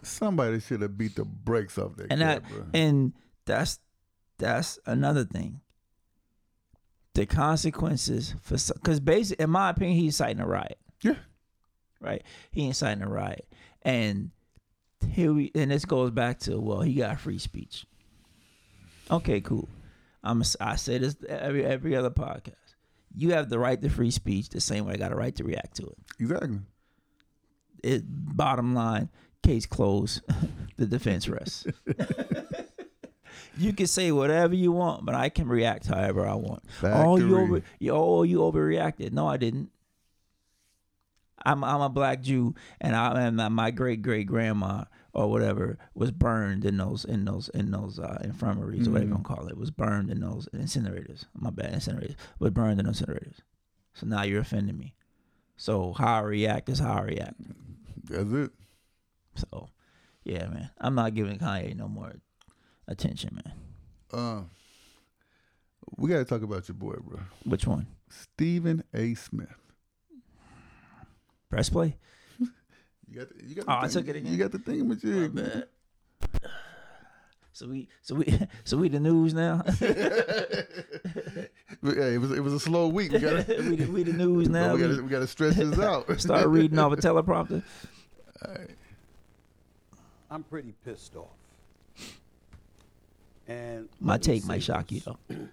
Somebody should have beat the brakes off that. kid, And that bruh. and that's that's another thing. The consequences for because basically, in my opinion, he's inciting a riot. Yeah. Right. He inciting a riot, and here we and this goes back to well, he got free speech. Okay, cool. I'm a- I say this every every other podcast. You have the right to free speech the same way I got a right to react to it. Exactly. It bottom line, case closed, *laughs* the defense rests. you can say whatever you want, but I can react however I want. Oh, you Factory. over, you- oh, you overreacted. No, I didn't. I'm I'm a black Jew, and I and my- my great great grandma or whatever was burned in those in those in those uh, infirmaries or whatever you want to call it was burned in those incinerators. My bad, incinerators was burned in incinerators. So now you're offending me. So how I react is how I react. That's it. So, yeah, man, I'm not giving Kanye no more attention, man. Uh, we got to talk about your boy, bro. Which one? Stephen A. Smith. Press play. You got the, you got the Oh, I thing- took it again. You got the thing with you. man. So we, so we, *laughs* so we the news now. *laughs* But, yeah, it was it was a slow week. We got *laughs* to we, the, we the *laughs* news now. we got to we got to stretch this *laughs* out. Start reading off a teleprompter. I'm pretty pissed off. And My Oh. let me take might say shock you this. though.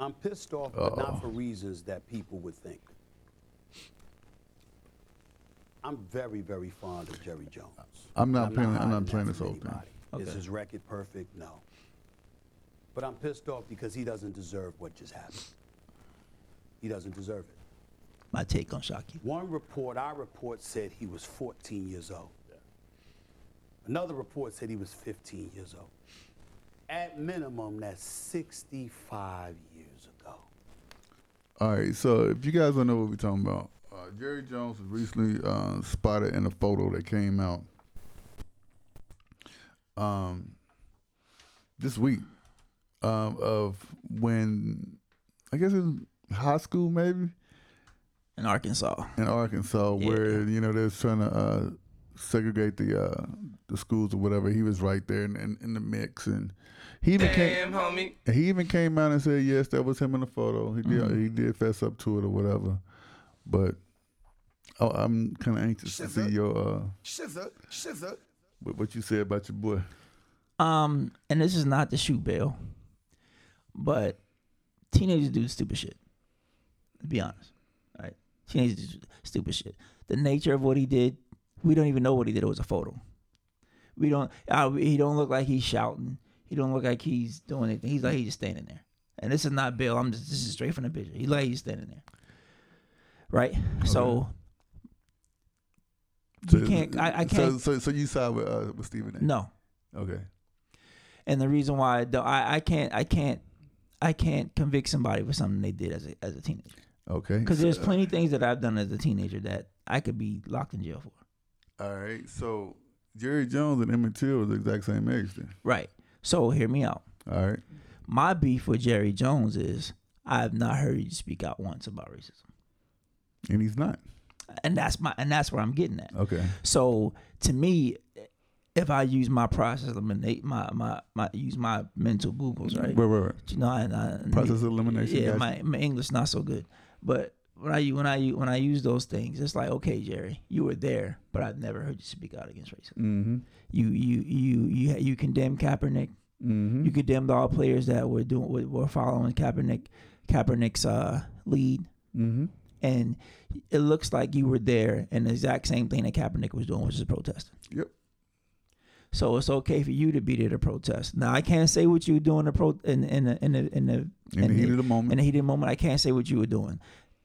I'm pissed off, but not for reasons that people would think. I'm very, very fond of Jerry Jones. I'm not playing. I'm hiding not that playing from this whole thing. anybody. Is his record perfect? No. But I'm pissed off because he doesn't deserve what just happened. He doesn't deserve it. My take on shock you. One report, our report said he was 14 years old. Another report said he was 15 years old. At minimum, that's 65 years ago. All right, so if you guys don't know what we're talking about, uh, Jerry Jones was recently uh, spotted in a photo that came out um, this week um, of when I guess it was high school, maybe in Arkansas. In Arkansas, where you know they was trying to uh, segregate the uh, the schools or whatever. He was right there in, in, in the mix, and he even Damn, came. homie. And he even came out and said, "Yes, that was him in the photo. He did. He did fess up to it or whatever." But oh, I'm kind of anxious to see your uh, Shiver, shiver. what, what you said about your boy. Um, and this is not the shoot bail, but teenagers do stupid shit. To be honest, all right? Teenagers do stupid shit. The nature of what he did, we don't even know what he did. It was a photo. We don't. Uh, he don't look like he's shouting. He don't look like he's doing anything. He's like he's just standing there. And this is not bail. I'm just this is straight from the picture. He like he's standing there. Right. So you can't. I, I can't. So, so, so you side with uh, with Stephen A. No. Okay. And the reason why I don't, I, I can't, I can't, I can't convict somebody for something they did as a, as a teenager. Okay. Because there's So- plenty of things that I've done as a teenager that I could be locked in jail for. All right. So Jerry Jones and Emmett Till was the exact same age then. Right. So hear me out. All right. My beef with Jerry Jones is I have not heard you speak out once about racism. And he's not. And that's my and that's where I'm getting at. Okay. So to me, if I use my process eliminate my my, my use my mental googles, right? Right, right, right. You know, I, I, Process elimination, Yeah, gotcha. my, my English not so good, but when I when I when I use those things, it's like okay, Jerry, you were there, but I've never heard you speak out against racism. Mhm. You you you you you condemn Kaepernick. Mhm. You condemned all players that were doing were- were following Kaepernick Kaepernick's uh, lead. Mhm. And it looks like you were there, and the exact same thing that Kaepernick was doing, which is protesting. Yep. So it's okay for you to be there to protest. Now I can't say what you were doing to pro- in in the in the in the, in the heat of the moment. In the heat of the moment, I can't say what you were doing.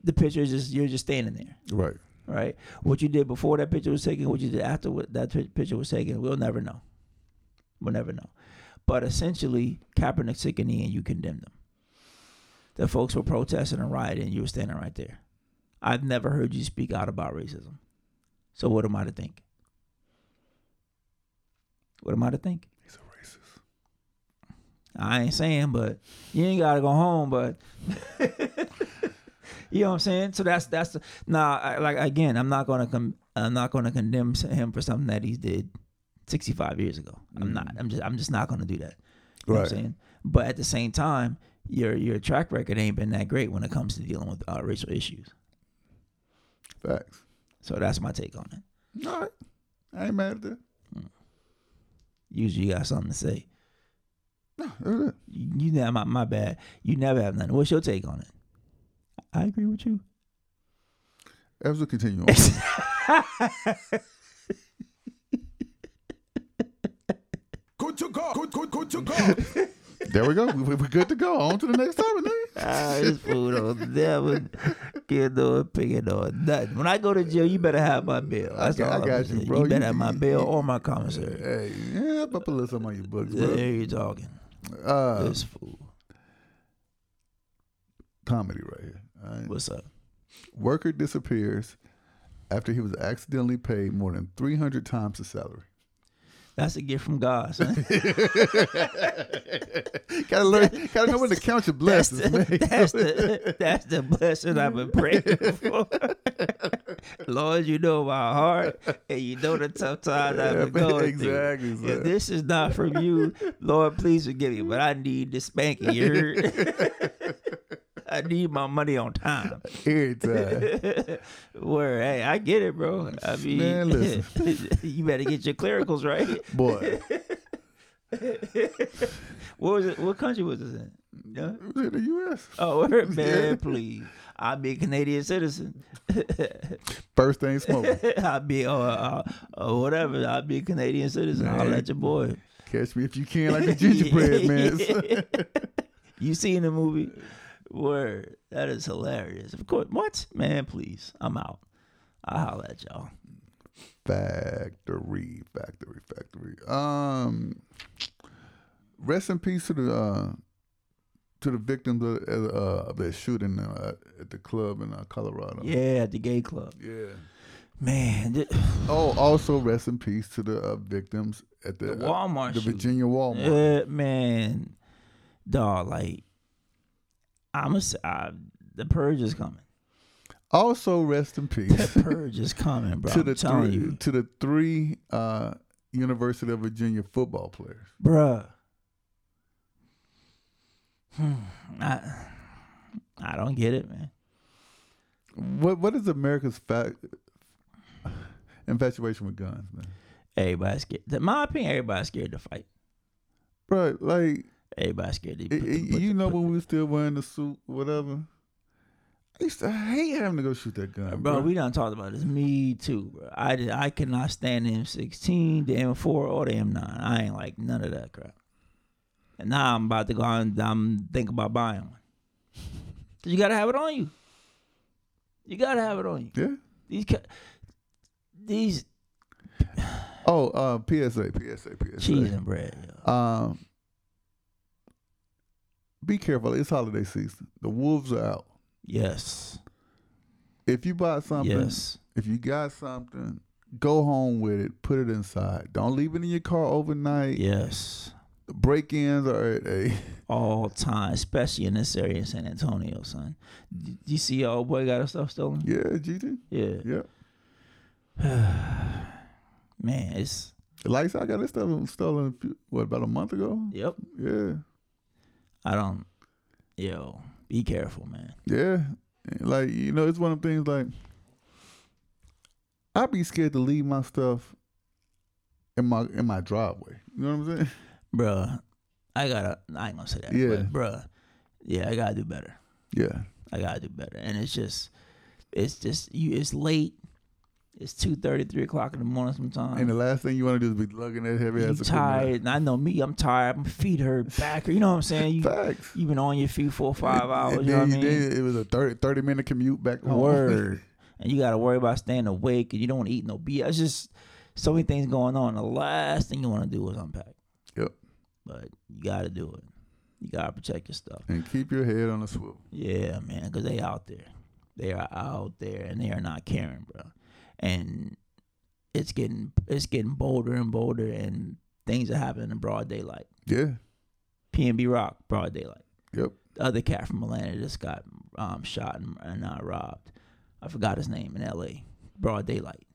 The picture is just you're just standing there. Right. Right. What you did before that picture was taken, what you did after what that pi- picture was taken, we'll never know. We'll never know. But essentially, Kaepernick took a knee and you condemned them. The folks were protesting and rioting, and you were standing right there. I've never heard you speak out about racism. So what am I to think? What am I to think? He's a racist. I ain't saying, but you ain't gotta go home, but *laughs* you know what I'm saying. So that's that's the, nah. I, like again, I'm not gonna com- I'm not gonna condemn him for something that he did 65 years ago. I'm not. I'm just I'm just not gonna do that. You know what Right. I'm saying. But at the same time, your your track record ain't been that great when it comes to dealing with uh, racial issues. Facts. So that's my take on it. All right. I ain't mad at that. Usually, you got something to say. You, you never. My, my bad. You never have nothing. What's your take on it? I agree with you. As we continue on. *laughs* Good to go. Good, good, good to go. there we go. We, we're good to go. On to the next topic, nigga. Ah, this fool don't never get no opinion on nothing. When I go to jail, you better have my bail. That's got- all I I'm got you, saying. bro. You better You- have my bail or my commissary. *laughs* Hey, yeah, but put a little something on your books, bro. There you talking. Uh, This fool. comedy right here. all right? What's up? Worker disappears after he was accidentally paid more than 300 times his salary. That's a gift from God, son. gotta learn, gotta know when to count your blessings, *laughs* that's man. the, That's the, that's the blessing I've *laughs* been praying for. *laughs* Lord, you know my heart, and you know the tough times Yeah, I've been man, going exactly, through. son. If this is not from you, Lord, please forgive me, but I need this spanking. *laughs* You heard? *laughs* I need my money on time. Every time. Where, hey, I get it, bro. I mean, *laughs* Man, listen. you better get your clericals right. Boy. What was it? What country was this in? *laughs* No? It was in the U.S. Oh, man, please. I'll be a Canadian citizen. First thing smoking. *laughs* I'll be, or uh, uh, whatever, I'll be a Canadian citizen. I'll let your boy. Catch me if you can, like the gingerbread man. *laughs* you seen the movie? Word. That is hilarious. Of course. What? Man, please. I'm out. I'll holler at y'all. Factory, factory, factory. Um, rest in peace to the uh, to the victims of, uh, of that shooting uh, at the club in uh, Colorado. Yeah, at the gay club. Yeah. Man. *sighs* th- Oh, also rest in peace to the uh, victims at the, The uh, Walmart the shooting. Virginia Walmart. Uh, man, dog, like I'm a s- I- the purge is coming. Also, rest in *laughs* peace The purge is coming, bro. to I'm the telling three you, to the three uh, University of Virginia football players. bruh. *sighs* Hmm, I I don't get it, man. What what is America's fa- infatuation with guns, man? Everybody's scared. In my opinion, everybody's scared to fight. Right, like Everybody's scared to. it- it- you know when we were still wearing the suit, whatever. I used to hate having to go shoot that gun, *laughs* Bro, bro. we done talked about this. Me too, bro. I did, I cannot stand the M16, the M4, or the M9. I ain't like none of that crap. And now I'm about to go out and I'm thinking about buying one. *laughs* 'Cause you gotta have it on you. You gotta have it on you. Yeah. These ca- these Oh, uh, PSA, PSA, PSA. cheese and bread. Um, be careful. It's holiday season. The wolves are out. Yes. If you buy something, Yes. if you got something, Go home with it. Put it inside. Don't leave it in your car overnight. Yes. Break-ins are *laughs* at a all time, especially in this area in San Antonio, son. D- you see your old boy got his stuff stolen? Yeah, GT. Yeah. Yeah. Man, it's lights. I got this stuff stolen. a few- What about a month ago? Yep. Yeah. I don't. Yo, be careful, man. Yeah. Like, you know, it's one of them things like I'd be scared to leave my stuff in my in my driveway. You know what I'm saying? Bruh, I gotta. I ain't gonna say that. Yeah. But, bruh, yeah, I gotta do better. Yeah. I gotta do better. And it's just, it's just you. It's late. It's two thirty, three o'clock in the morning sometimes. And the last thing you want to do is be lugging that heavy you ass tired, and I know me. I'm tired. My feet hurt, back. hurt, You know what I'm saying? You, Facts. You've been on your feet for five hours. And you know what I then, mean? you- then it was a 30, 30 minute commute back home. Word. and you got to worry about staying awake and you don't want to eat no BS. It's just so many things going on. The last thing you want to do is unpack. Yep. But you got to do it. You got to protect your stuff. *laughs* and keep your head on a swivel. Yeah, man, because they out there. They are out there and they are not caring, bro. And it's getting it's getting bolder and bolder and things are happening in broad daylight. Yeah. PNB Rock, broad daylight. Yep. The other cat from Atlanta just got um, shot and, and uh, robbed. I forgot his name in L.A. Broad daylight.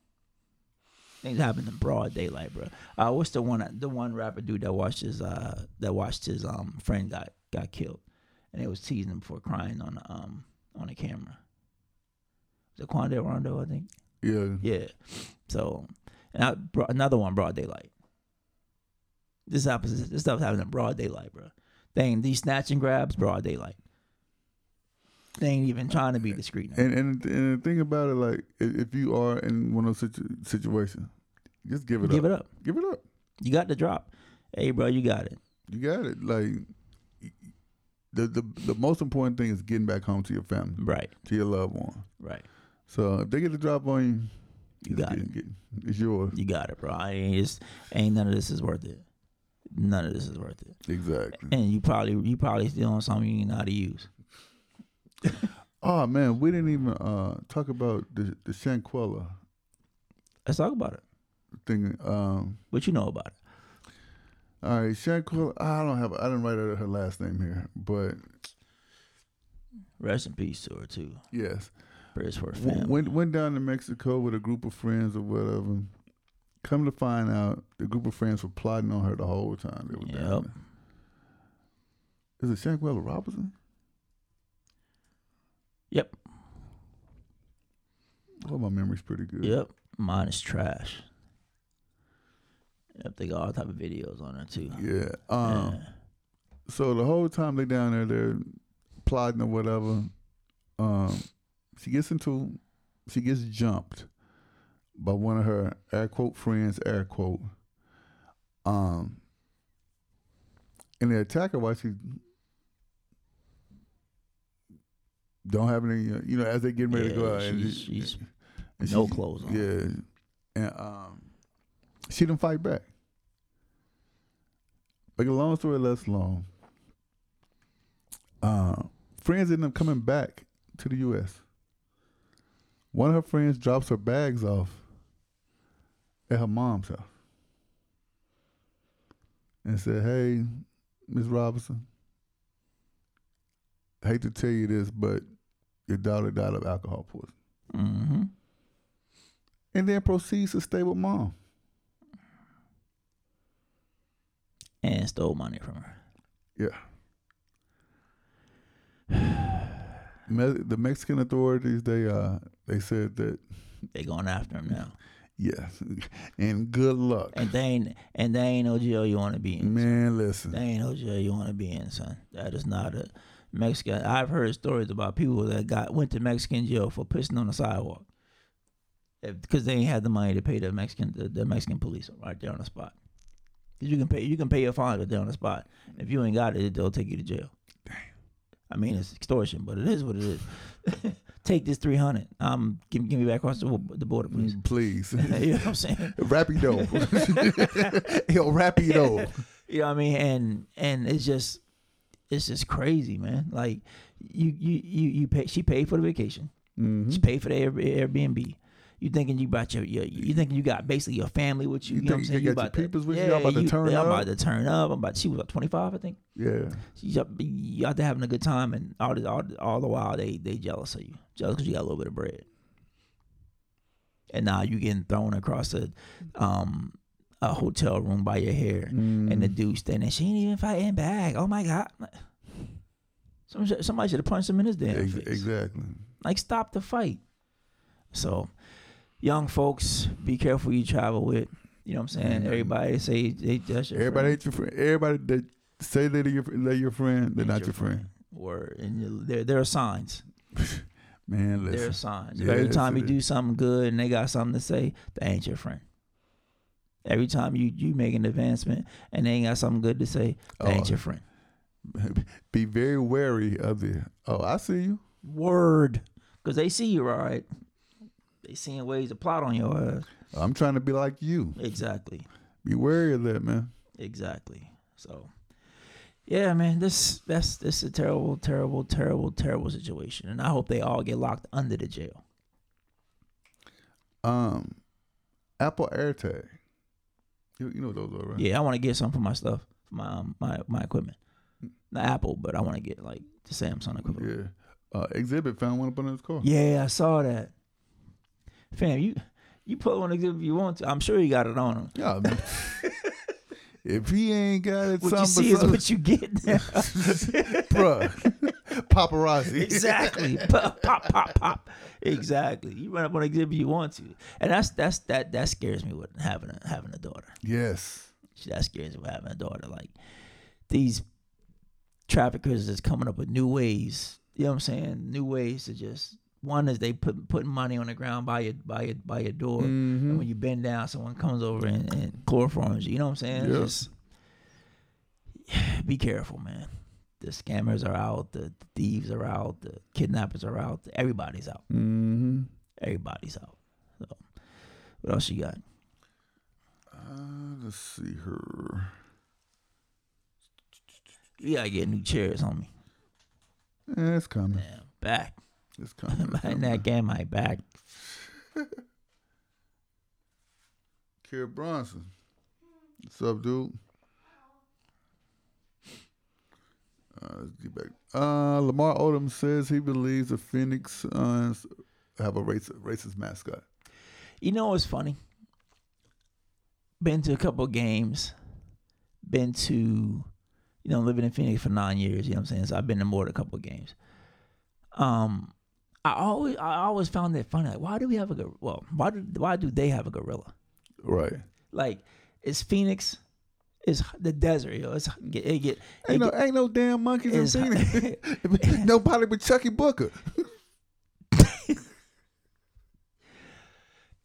Things happen in broad daylight, bro. Uh, what's the one the one rapper dude that watched his uh that watched his um friend got got killed, and it was teasing him for crying on the, um on the camera. Was it Quandale Rondo? I think. Yeah. Yeah. So, and I brought another one broad daylight. This happens. This stuff happens in broad daylight, bro. They ain't these snatch and grabs, broad daylight. They ain't even trying to be discreet. Now. And and and the thing about it, like i- if you are in one of those situ- situations, just give it Give up. it up. Give it up. You got the drop. Hey, bro, you got it. You got it. Like the the the most important thing is getting back home to your family, right? To your loved one, Right. So if they get the drop on you, You it's got get- get- it's yours. You got it, bro. I ain't it's, ain't none of this is worth it. None of this is worth it. Exactly. And you probably you probably still on something you ain't know how to use. Oh man, we didn't even uh, talk about the the Shanquella Let's talk about it. thing. Um, what you know about it? All right, Shanquella. I don't have. I didn't write her her last name here, but Rest in peace to her too. Yes. Prayers for her W- family. Went went down to Mexico with a group of friends or whatever. Come to find out, the group of friends were plotting on her the whole time. They were down Yep. there. Is it Shanquella Robinson? Yep. Well, my memory's pretty good. Yep. Mine is trash. Yep, they got all type of videos on there too. Yeah. Um, So the whole time they down there, they're plotting or whatever. Um, she gets into, she gets jumped by one of her air quote friends, air quote. Um, and they attack her while she don't have any, uh, you know, as they getting ready to go Yeah, out. and she's- she- she's and no she- clothes on. Yeah, and um, she didn't fight back. Like a long story less long. Uh, friends ended up coming back to the U.S. One of her friends drops her bags off at her mom's house and said, "Hey, Miss Robinson, I hate to tell you this, but your daughter died of alcohol poisoning." Mm-hmm. And then proceeds to stay with mom. And stole money from her. Yeah. *sighs* Me- the Mexican authorities they uh they said that they going after him now. Yes, *laughs* and good luck. And they ain't and they ain't no jail you want to be in. *laughs* Man, *laughs* listen. They ain't no jail you want to be in, son. That is not a Mexican. I've heard stories about people that got went to Mexican jail for pissing on the sidewalk because they ain't had the money to pay the Mexican the, the Mexican police right there on the spot. 'Cause you can pay you can pay your fine right there on the spot. If you ain't got it, they'll take you to jail. I mean, it's extortion, but it is what it is. *laughs* Take this three hundred. Um, give, give me back across the, wo- the border, please. Mm. Please. *laughs* *laughs* you know what I'm saying? Rapido. *laughs* Yo, *laughs* rapido. you know what I mean? And and it's just it's just crazy, man. Like you you you you pay. She paid for the vacation. Mhm. She paid for the Air, Airbnb. You thinking you about your, your you thinking you got basically your family with you. You You, know what I'm think saying? you got your to, peoples with you? Y'all about to turn yeah, I'm up? about to turn up. I'm about. She was about 25, I think. Yeah. She's up, you out there having a good time, and all the all, the- all the while they they jealous of you, jealous because you got a little bit of bread. And now you getting thrown across a um a hotel room by your hair, and Mm. the dude standing. She ain't even fighting back. Oh my god! Some, somebody should have punched him in his damn Ex- face. Exactly. Like stop the fight. So, young folks, be careful you travel with. You know what I'm saying? Yeah. Everybody say they that's your Everybody friend. ain't your friend. Everybody that say they're your, they're your friend, they're not your friend. Word and you, there there are signs. Man, listen. There are signs. Yeah, Every that's time you it. do something good and they got something to say, they ain't your friend. Every time you you make an advancement and they ain't got something good to say, they ain't Oh. your friend. *laughs* Be very wary of the. Oh, I see you. Word, because they see you right. They seeing ways to plot on your ass. I'm trying to be like you. Exactly. Be wary of that, man. Exactly. So, yeah, man, this that's this is a terrible, terrible, terrible, terrible situation, and I hope they all get locked under the jail. Um, Apple AirTag. You, you know what those are, right? Yeah, I want to get some for my stuff, for my um, my my equipment. Not Apple, but I want to get like the Samsung equipment. Yeah. Uh, Exhibit found one up under his car. Yeah, I saw that. Fam, you you put on exhibit if you want to. I'm sure you got it on him. Yeah. *laughs* If he ain't got it, What you something see is what you get. bruh. *laughs* Paparazzi. exactly. Pop, pop, pop, pop. Exactly. You run up on exhibit you want to, and that's that's that that scares me with having a having a daughter. Yes. That scares me with having a daughter. Like these traffickers is coming up with new ways. You know what I'm saying? New ways to just one is they put putting money on the ground by your by your by your door, and when you bend down, someone comes over and, and chloroforms you. You know what I'm saying? It's Yeah. Just *sighs* be careful, man. The scammers are out. The thieves are out. The kidnappers are out. Everybody's out. Mm-hmm. Everybody's out. So, what else you got? Uh, let's see her. You gotta get new chairs, homie. Yeah, Eh, it's coming. Back. It's coming. my neck and my back. Kira Bronson. What's up, dude? Uh, let's get back. Uh, Lamar Odom says he believes the Phoenix Suns have a racist, racist mascot. You know what's funny? Been to a couple of games. Been to, you know, living in Phoenix for nine years. You know what I'm saying? So I've been to more than a couple of games. Um, I always I always found that funny. Like, why do we have a gor- well? Why do why do they have a gorilla? Right. Like, it's Phoenix. It's the desert, yo. It's it get it Ain't no, get- ain't no damn monkeys in it's- *laughs* Phoenix. *laughs* Nobody but Chucky Booker.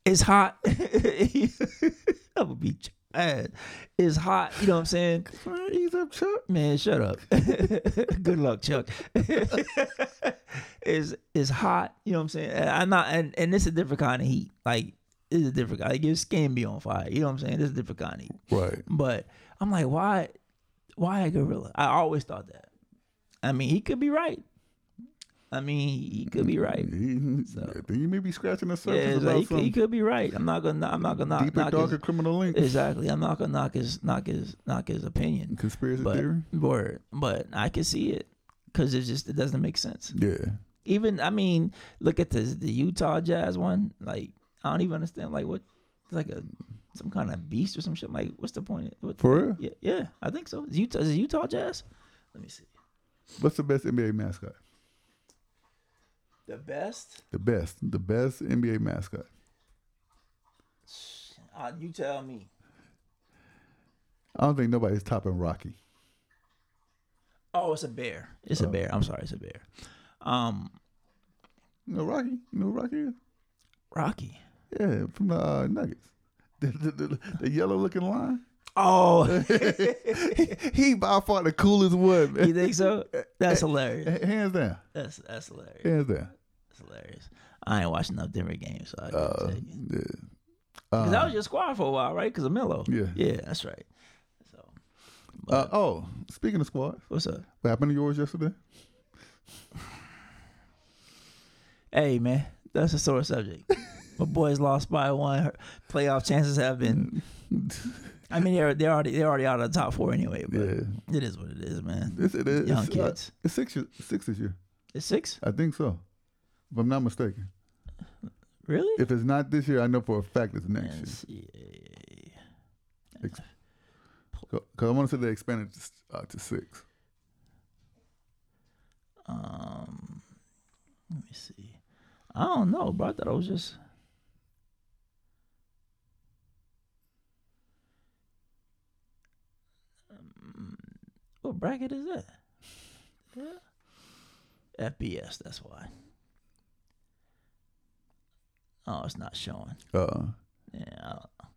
it's hot. *laughs* I'm gonna beat your ass. It's hot. You know what I'm saying? Ease up, Chuck. Man, shut up. *laughs* Good luck, Chuck. *laughs* it's it's hot. You know what I'm saying? And I'm not, and, and it's a different kind of heat. Like it's a different kind. Like your skin be on fire. You know what I'm saying? It's a different kind of heat. Right. But I'm like, why, why a gorilla? I always thought that. I mean, he could be right. I mean, he could be right. He, you may be scratching the Yeah, surface it's about like, he, could, some he could be right. I'm not gonna. I'm not gonna knock. deeper, knock darker his, criminal links. Exactly. I'm not gonna knock his knock his knock his opinion. Conspiracy but, theory? Word. But I can see it because it just it doesn't make sense. Yeah. Even I mean, look at the the Utah Jazz one. Like I don't even understand. Like what? It's like a some kind of beast or some shit. Like what's the point? What, For real? Yeah, yeah. I think so. Is Utah is it Utah Jazz? Let me see. What's the best NBA mascot? The best. The best. The best NBA mascot. Uh, you tell me. I don't think nobody's topping Rocky. Oh, it's a bear. It's a bear. I'm sorry, it's a bear. Um, You know Rocky? You know who Rocky is? Rocky. Yeah, from the uh, Nuggets. *laughs* The, yellow looking line. *laughs* Oh, he, he by far the coolest one, man. you *laughs* think so? That's hilarious. H- Hands down. That's that's hilarious. Hands down. That's hilarious. I ain't watching enough Denver games, so I can't Uh, tell you. yeah. Because Uh, that was your squad for a while, right? Because of Melo. Yeah. Yeah, that's right. uh, oh, speaking of squad, What's up? what happened to yours yesterday? Hey, man, that's a sore subject. My boys lost by one. Her Playoff chances *laughs* have been. I mean, they're they're already they're already out of the top four anyway. But it is what it is, man. It's, it is. Young it's, uh, kids. it's six, year- six this year. It's six? I think so. If I'm not mistaken. Really? If it's not this year, I know for a fact it's next year. Because I want to say they expanded to, s- uh, to six. Um, let me see. I don't know, bro. I thought it was just. Um, What bracket is that? FBS. That's why. Oh, it's not showing. Uh, yeah, I don't know.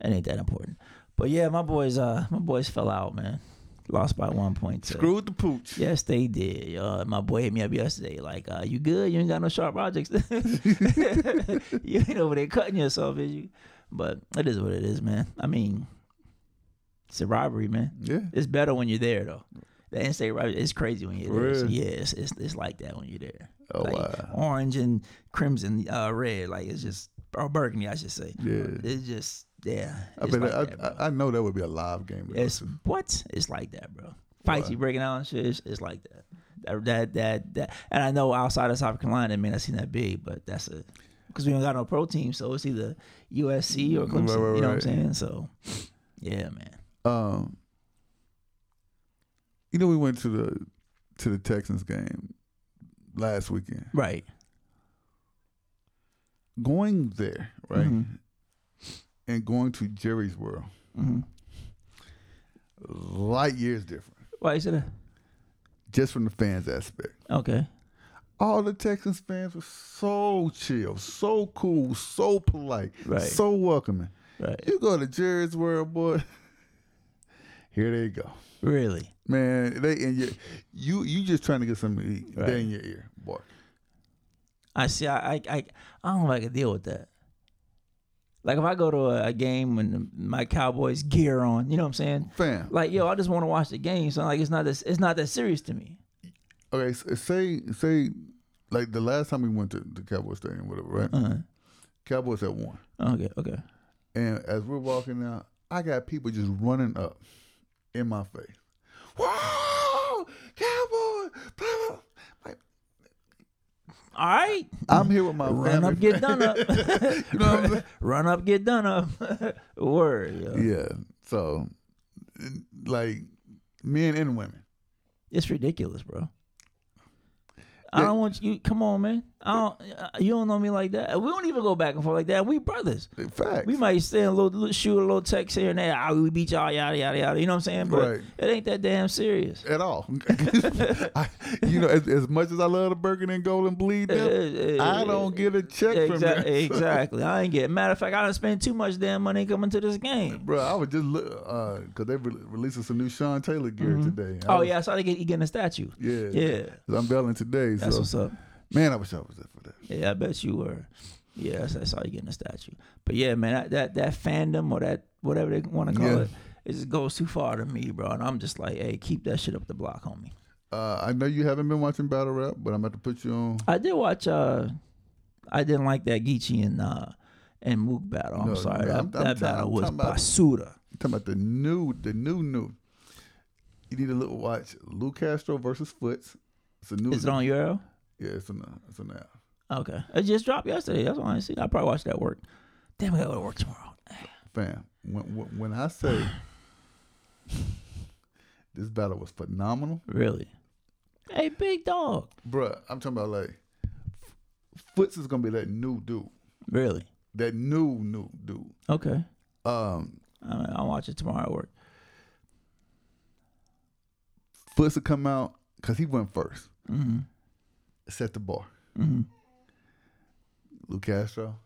It ain't that important. But yeah, my boys, uh, my boys fell out, man. Lost by one point. to- Screwed the pooch. Yes, they did. Uh, my boy hit me up yesterday, like, uh, "You good? You ain't got no sharp objects. *laughs* you ain't over there cutting yourself, is you?" But it is what it is, man. I mean, it's a robbery, man. Yeah, it's better when you're there, though. They didn't say robbery. It's crazy when you're For there. So, real? yeah, it's, it's it's like that when you're there. Oh wow! Orange and crimson, uh, red, like it's just or burgundy, I should say. Yeah. it's just yeah. I, it's bet like I, that, I, I know that would be a live game. to go it's to. what? It's like that, bro. Fights you breaking out and shit. It's, it's like that. that. That that that. And I know outside of South Carolina, it may not seem that big, but that's a because we don't got no pro team, so it's either USC or Right, Clemson. right, you know what I'm right. saying? So yeah, man. Um, you know, we went to the to the Texans game last weekend, right? Going there, right, and going to Jerry's World, Mhm. light years different. Why is it? Just from the fans aspect. Okay. All the Texans fans were so chill, so cool, so polite, Right. so welcoming. Right. You go to Jerry's World, boy. *laughs* Here they go. Really? Man, they in your you you just trying to get something to eat. Right. They in your ear, boy. I see. I, I I I don't know if I could deal with that. Like if I go to a, a game when the- my Cowboys gear on, you know what I'm saying? Fam. Like yo, I just want to watch the game. So like it's not this. It's not that serious to me. Okay, s- say say like the last time we went to the Cowboy Stadium, whatever, right? Uh-huh. Cowboys had won, Okay. Okay. and as we're walking out, I got people just running up in my face. Wow, Cowboy! Blah, blah. All right. I'm here with my Run family. up, get done *laughs* up. *laughs* you know what I'm saying? Run up, get done up. *laughs* Word. Yo. Yeah. So, like, men and women. It's ridiculous, bro. I don't want you. Come on, man. I don't. uh, You don't know me like that. We don't even go back and forth like that. We brothers. Facts. We might say a little, little shoot a little text here and there. Ah, we beat y'all, yada yada yada. You know what I'm saying? But Right. it ain't that damn serious. At all. *laughs* I- you know, as, as much as I love the Burger and Gold and Bleed, them, Eh, I don't get a check exactly, from them. *laughs* exactly. I ain't get. Matter of fact, I done spend too much damn money coming to this game. Bro, I was just look uh, cause they re- releasing some new Sean Taylor gear Mhm. today. I Oh was- yeah, I saw they get he getting a statue. yeah, yeah. 'Cause I'm belling today. That's so. what's up. Man, I wish I was there for that. Yeah, I bet you were. Yeah, that's, that's how you getting a statue. But yeah, man, that that, that fandom or that whatever they want to call Yeah. it, it just goes too far to me, bro. And I'm just like, hey, keep that shit up the block, homie. Uh, I know you haven't been watching battle rap, but I'm about to put you on. I did watch. uh I didn't like that Geechee and uh and Mook battle. I'm No, sorry, no, that, I'm- that I'm ta- battle I'm was talking about- basura. I'm talking about the new, the new, new. You need to look, watch Lou Castro versus Foots. It's a new. Is it on URL? Yeah, it's on. the- It's on the app. Okay, it just dropped yesterday. That's why I see. I probably watched that work. Damn, I gotta go to work tomorrow. Fam, when when, when I say *sighs* this battle was phenomenal, Really? Hey, big dog. Bruh, I'm talking about like F- Foots is gonna be that new dude. Really? That new new dude. Okay. Um, I I'll watch it tomorrow at work. Foots will come out because he went 1st Mhm. Set the bar. Mhm. Lou Castro,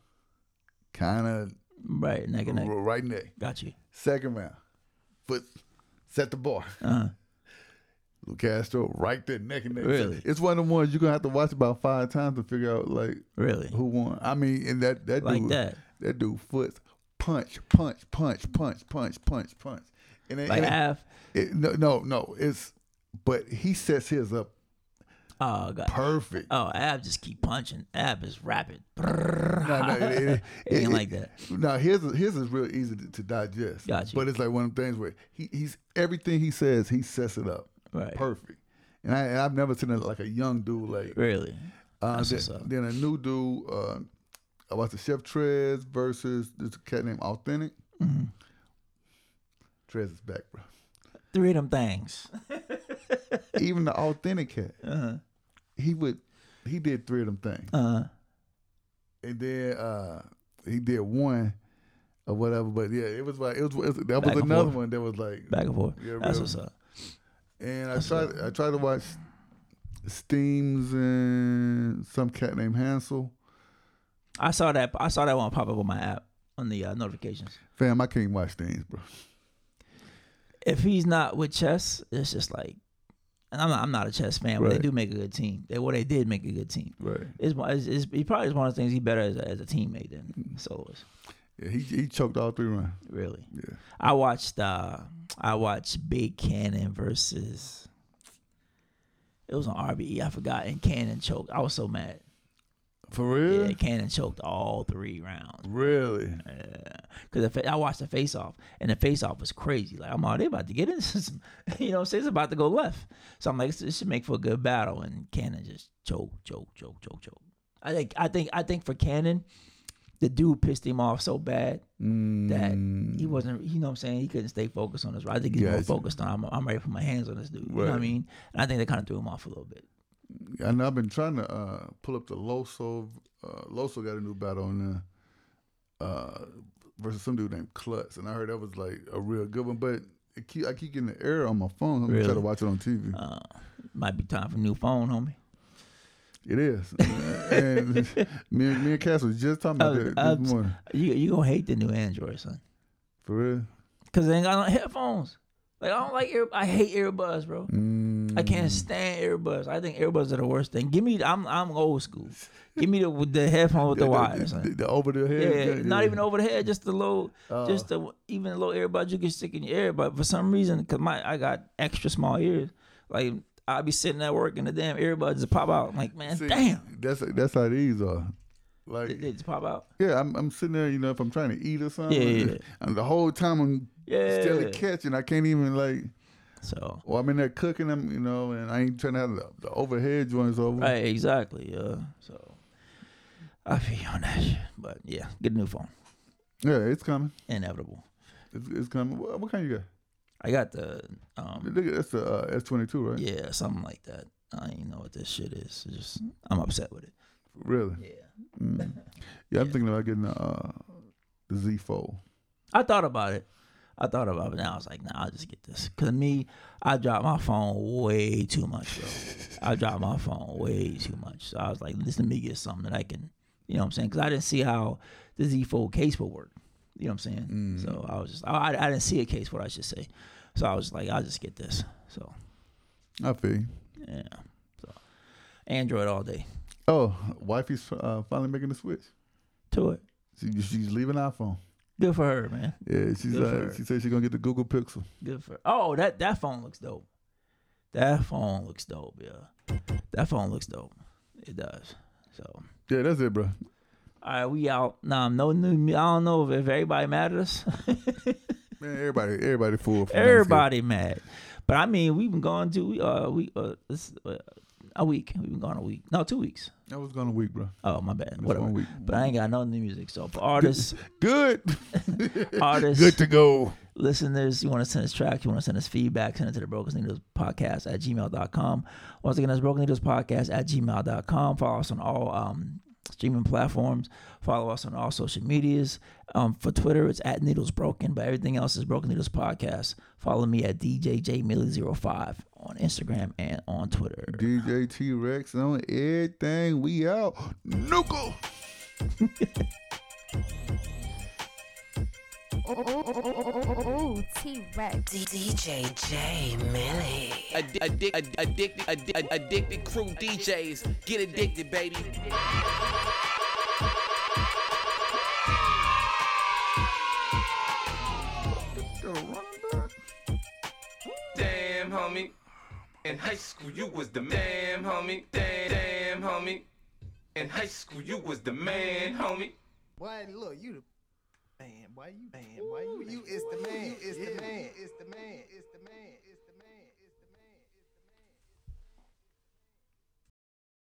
kind of right neck and neck. Right neck. Got you. Second round, Foots set the bar. *laughs* Uh-huh. Lou Castro right there, neck and neck. Really? It's one of the ones you're gonna have to watch about five times to figure out like really who won. I mean, and that that Like dude, that. that dude foots punch, punch, punch, punch, punch, punch, punch. And it, Like and it- half? it- no, no, no. It's but he sets his up. Oh god. Perfect. Oh, Ab just keep punching. Ab is rapid. No, no, *laughs* it, it, It ain't like that. No, his is- his is real easy to, to digest. Got you. But it's like one of them things where he, he's everything he says, he sets it up Right. perfect. And I and I've never seen it like a young dude like Really? Uh, That's then, what's up. then a new dude. Uh, I watched the Chef Trez versus this cat named Authentic. Mm-hmm. Trez is back, bro. Three of them things. Even the Authentic cat, Uh-huh. he would he did three of them things. Uh and then uh he did one or whatever. But yeah, it was like it was, it was that Back was and another forth. one that was like Back and forth. That's what's up. And I tried I tried to watch Steams and some cat named Hansel. I saw that I saw that one pop up on my app on the uh, notifications. Fam, I can't watch Steams, bro. If he's not with chess, it's just like and I'm not, I'm not a chess fan, but they Right. do make a good team. They well, they did make a good team. Right. It's, one- it's, it's he probably is one of the things he better as a, as a teammate than Solis. Yeah, he he choked all three rounds. Really? Yeah. I watched uh I watched Big Cannon versus it was on RBE, I forgot, and Cannon choked. I was so mad. For real? Yeah, Cannon choked all three rounds. Really? Because I watched the face off, and the face off was crazy. Like, I'm all, they about to get in. *laughs* some- you know what I'm saying? It's about to go left. So I'm like, this- this should make for a good battle. And Cannon just choke, choke, choke, choke, choke. I think, I think, I think for Cannon, the dude pissed him off so bad that he wasn't, you know what I'm saying? He couldn't stay focused on this. I think he's more Mm. Gotcha. focused on, I'm, I'm ready to put my hands on this dude. You know what I Right. mean? And I think they kind of threw him off a little bit. And I've been trying to uh, pull up the Loso. Uh, Loso got a new battle on there uh, versus some dude named Klutz, and I heard that was like a real good one. But it keep, I keep getting the error on my phone. I'm gonna try Really? to watch it on TV. Uh, might be time for a new phone, homie. It is. and *laughs* me, and- me and Cass was just talking about Uh, that uh, this morning. You you gonna hate the new Android, son. For real? Cause they ain't got no headphones. Like I don't like ear. I hate earbuds, bro. Mm, I can't stand earbuds. I think earbuds are the worst thing. Give me. I'm I'm old school. Give me the with the *laughs* headphone with the, The- the- wire, son. the- the over the head? Yeah, Yeah, not yeah. even over the head. Just the low. Oh. just the even the low earbud you can stick in your ear. But for some reason, cause my I got extra small ears. Like I'll be sitting at work and the damn earbuds just pop out. I'm like man, See, damn, That's that's how these are. Like they, they just pop out. Yeah, I'm, I'm sitting there, you know, if I'm trying to eat or something. Yeah, yeah, yeah. *laughs* And the whole time I'm still in Yeah. the kitchen. I can't even, like. So. Or I'm in there cooking them, you know, and I ain't trying to have the, the overhead joints over. Right, exactly. Yeah. So I feel you on that shit. But yeah, get a new phone. Yeah, it's coming. Inevitable. It's, it's coming. What, what kind you got? I got the um Look at that's the uh, S22, right? yeah, something like that. I don't even know what this shit is. It's just I'm upset with it. Really? Yeah. *laughs* Yeah, I'm thinking about getting the, uh, the Z Fold. I thought about it. I thought about it. Now I was like, nah, I'll just get this. Cause me, I drop my phone way too much, bro. I drop my phone way too much. So I was like, listen, let me get something that I can, you know what I'm saying? Cause I didn't see how the Z Fold case would work. You know what I'm saying? So I was just, I, I I didn't see a case, what I should say. So I was like, I'll just get this. So I feel you. yeah. So Android all day. Oh, wifey's uh, finally making the switch. To it. She, she's leaving iPhone. Good for her, man. Yeah, she's Good for uh, her. she said she's gonna get the Google Pixel. Good for Oh, that that phone looks dope. That phone looks dope, yeah. That phone looks dope. It does. So Yeah, that's it, bro. all right, we out. Nah, no new. I don't know if, if everybody mad *laughs* at us. Man, everybody, everybody full. from everybody mad, but I mean, we've been going to we uh we uh, this, uh a week. We've been gone a week. No, two weeks. Thanksgiving. That was gone a week, bro. Oh my bad. Whatever. one week. But I ain't got no new music. So for artists, *laughs* Good. artists, Good to go. listeners, you want to send us tracks, you want to send us feedback, send it to the Broken Needles Podcast at gmail.com. Once again, that's Broken Needles Podcast at gmail.com. Follow us on all um, streaming platforms. Follow us on all social medias. Um, for Twitter, it's at Needles Broken, but everything else is Broken Needles Podcast. Follow me at DJJMilly05 on Instagram and on Twitter. DJ T Rex on everything. We out. Nuckle. Oh, T Rex. DJ J Millie. Addic- addic- addic- addicted, addicted, addicted crew DJs. Get addicted, baby. Damn, homie. In high school, you was the man, homie. Damn, damn, homie. In high school, you was the man, homie. Why look, you the man, why you man, why you you is the man, is the man, is the man, is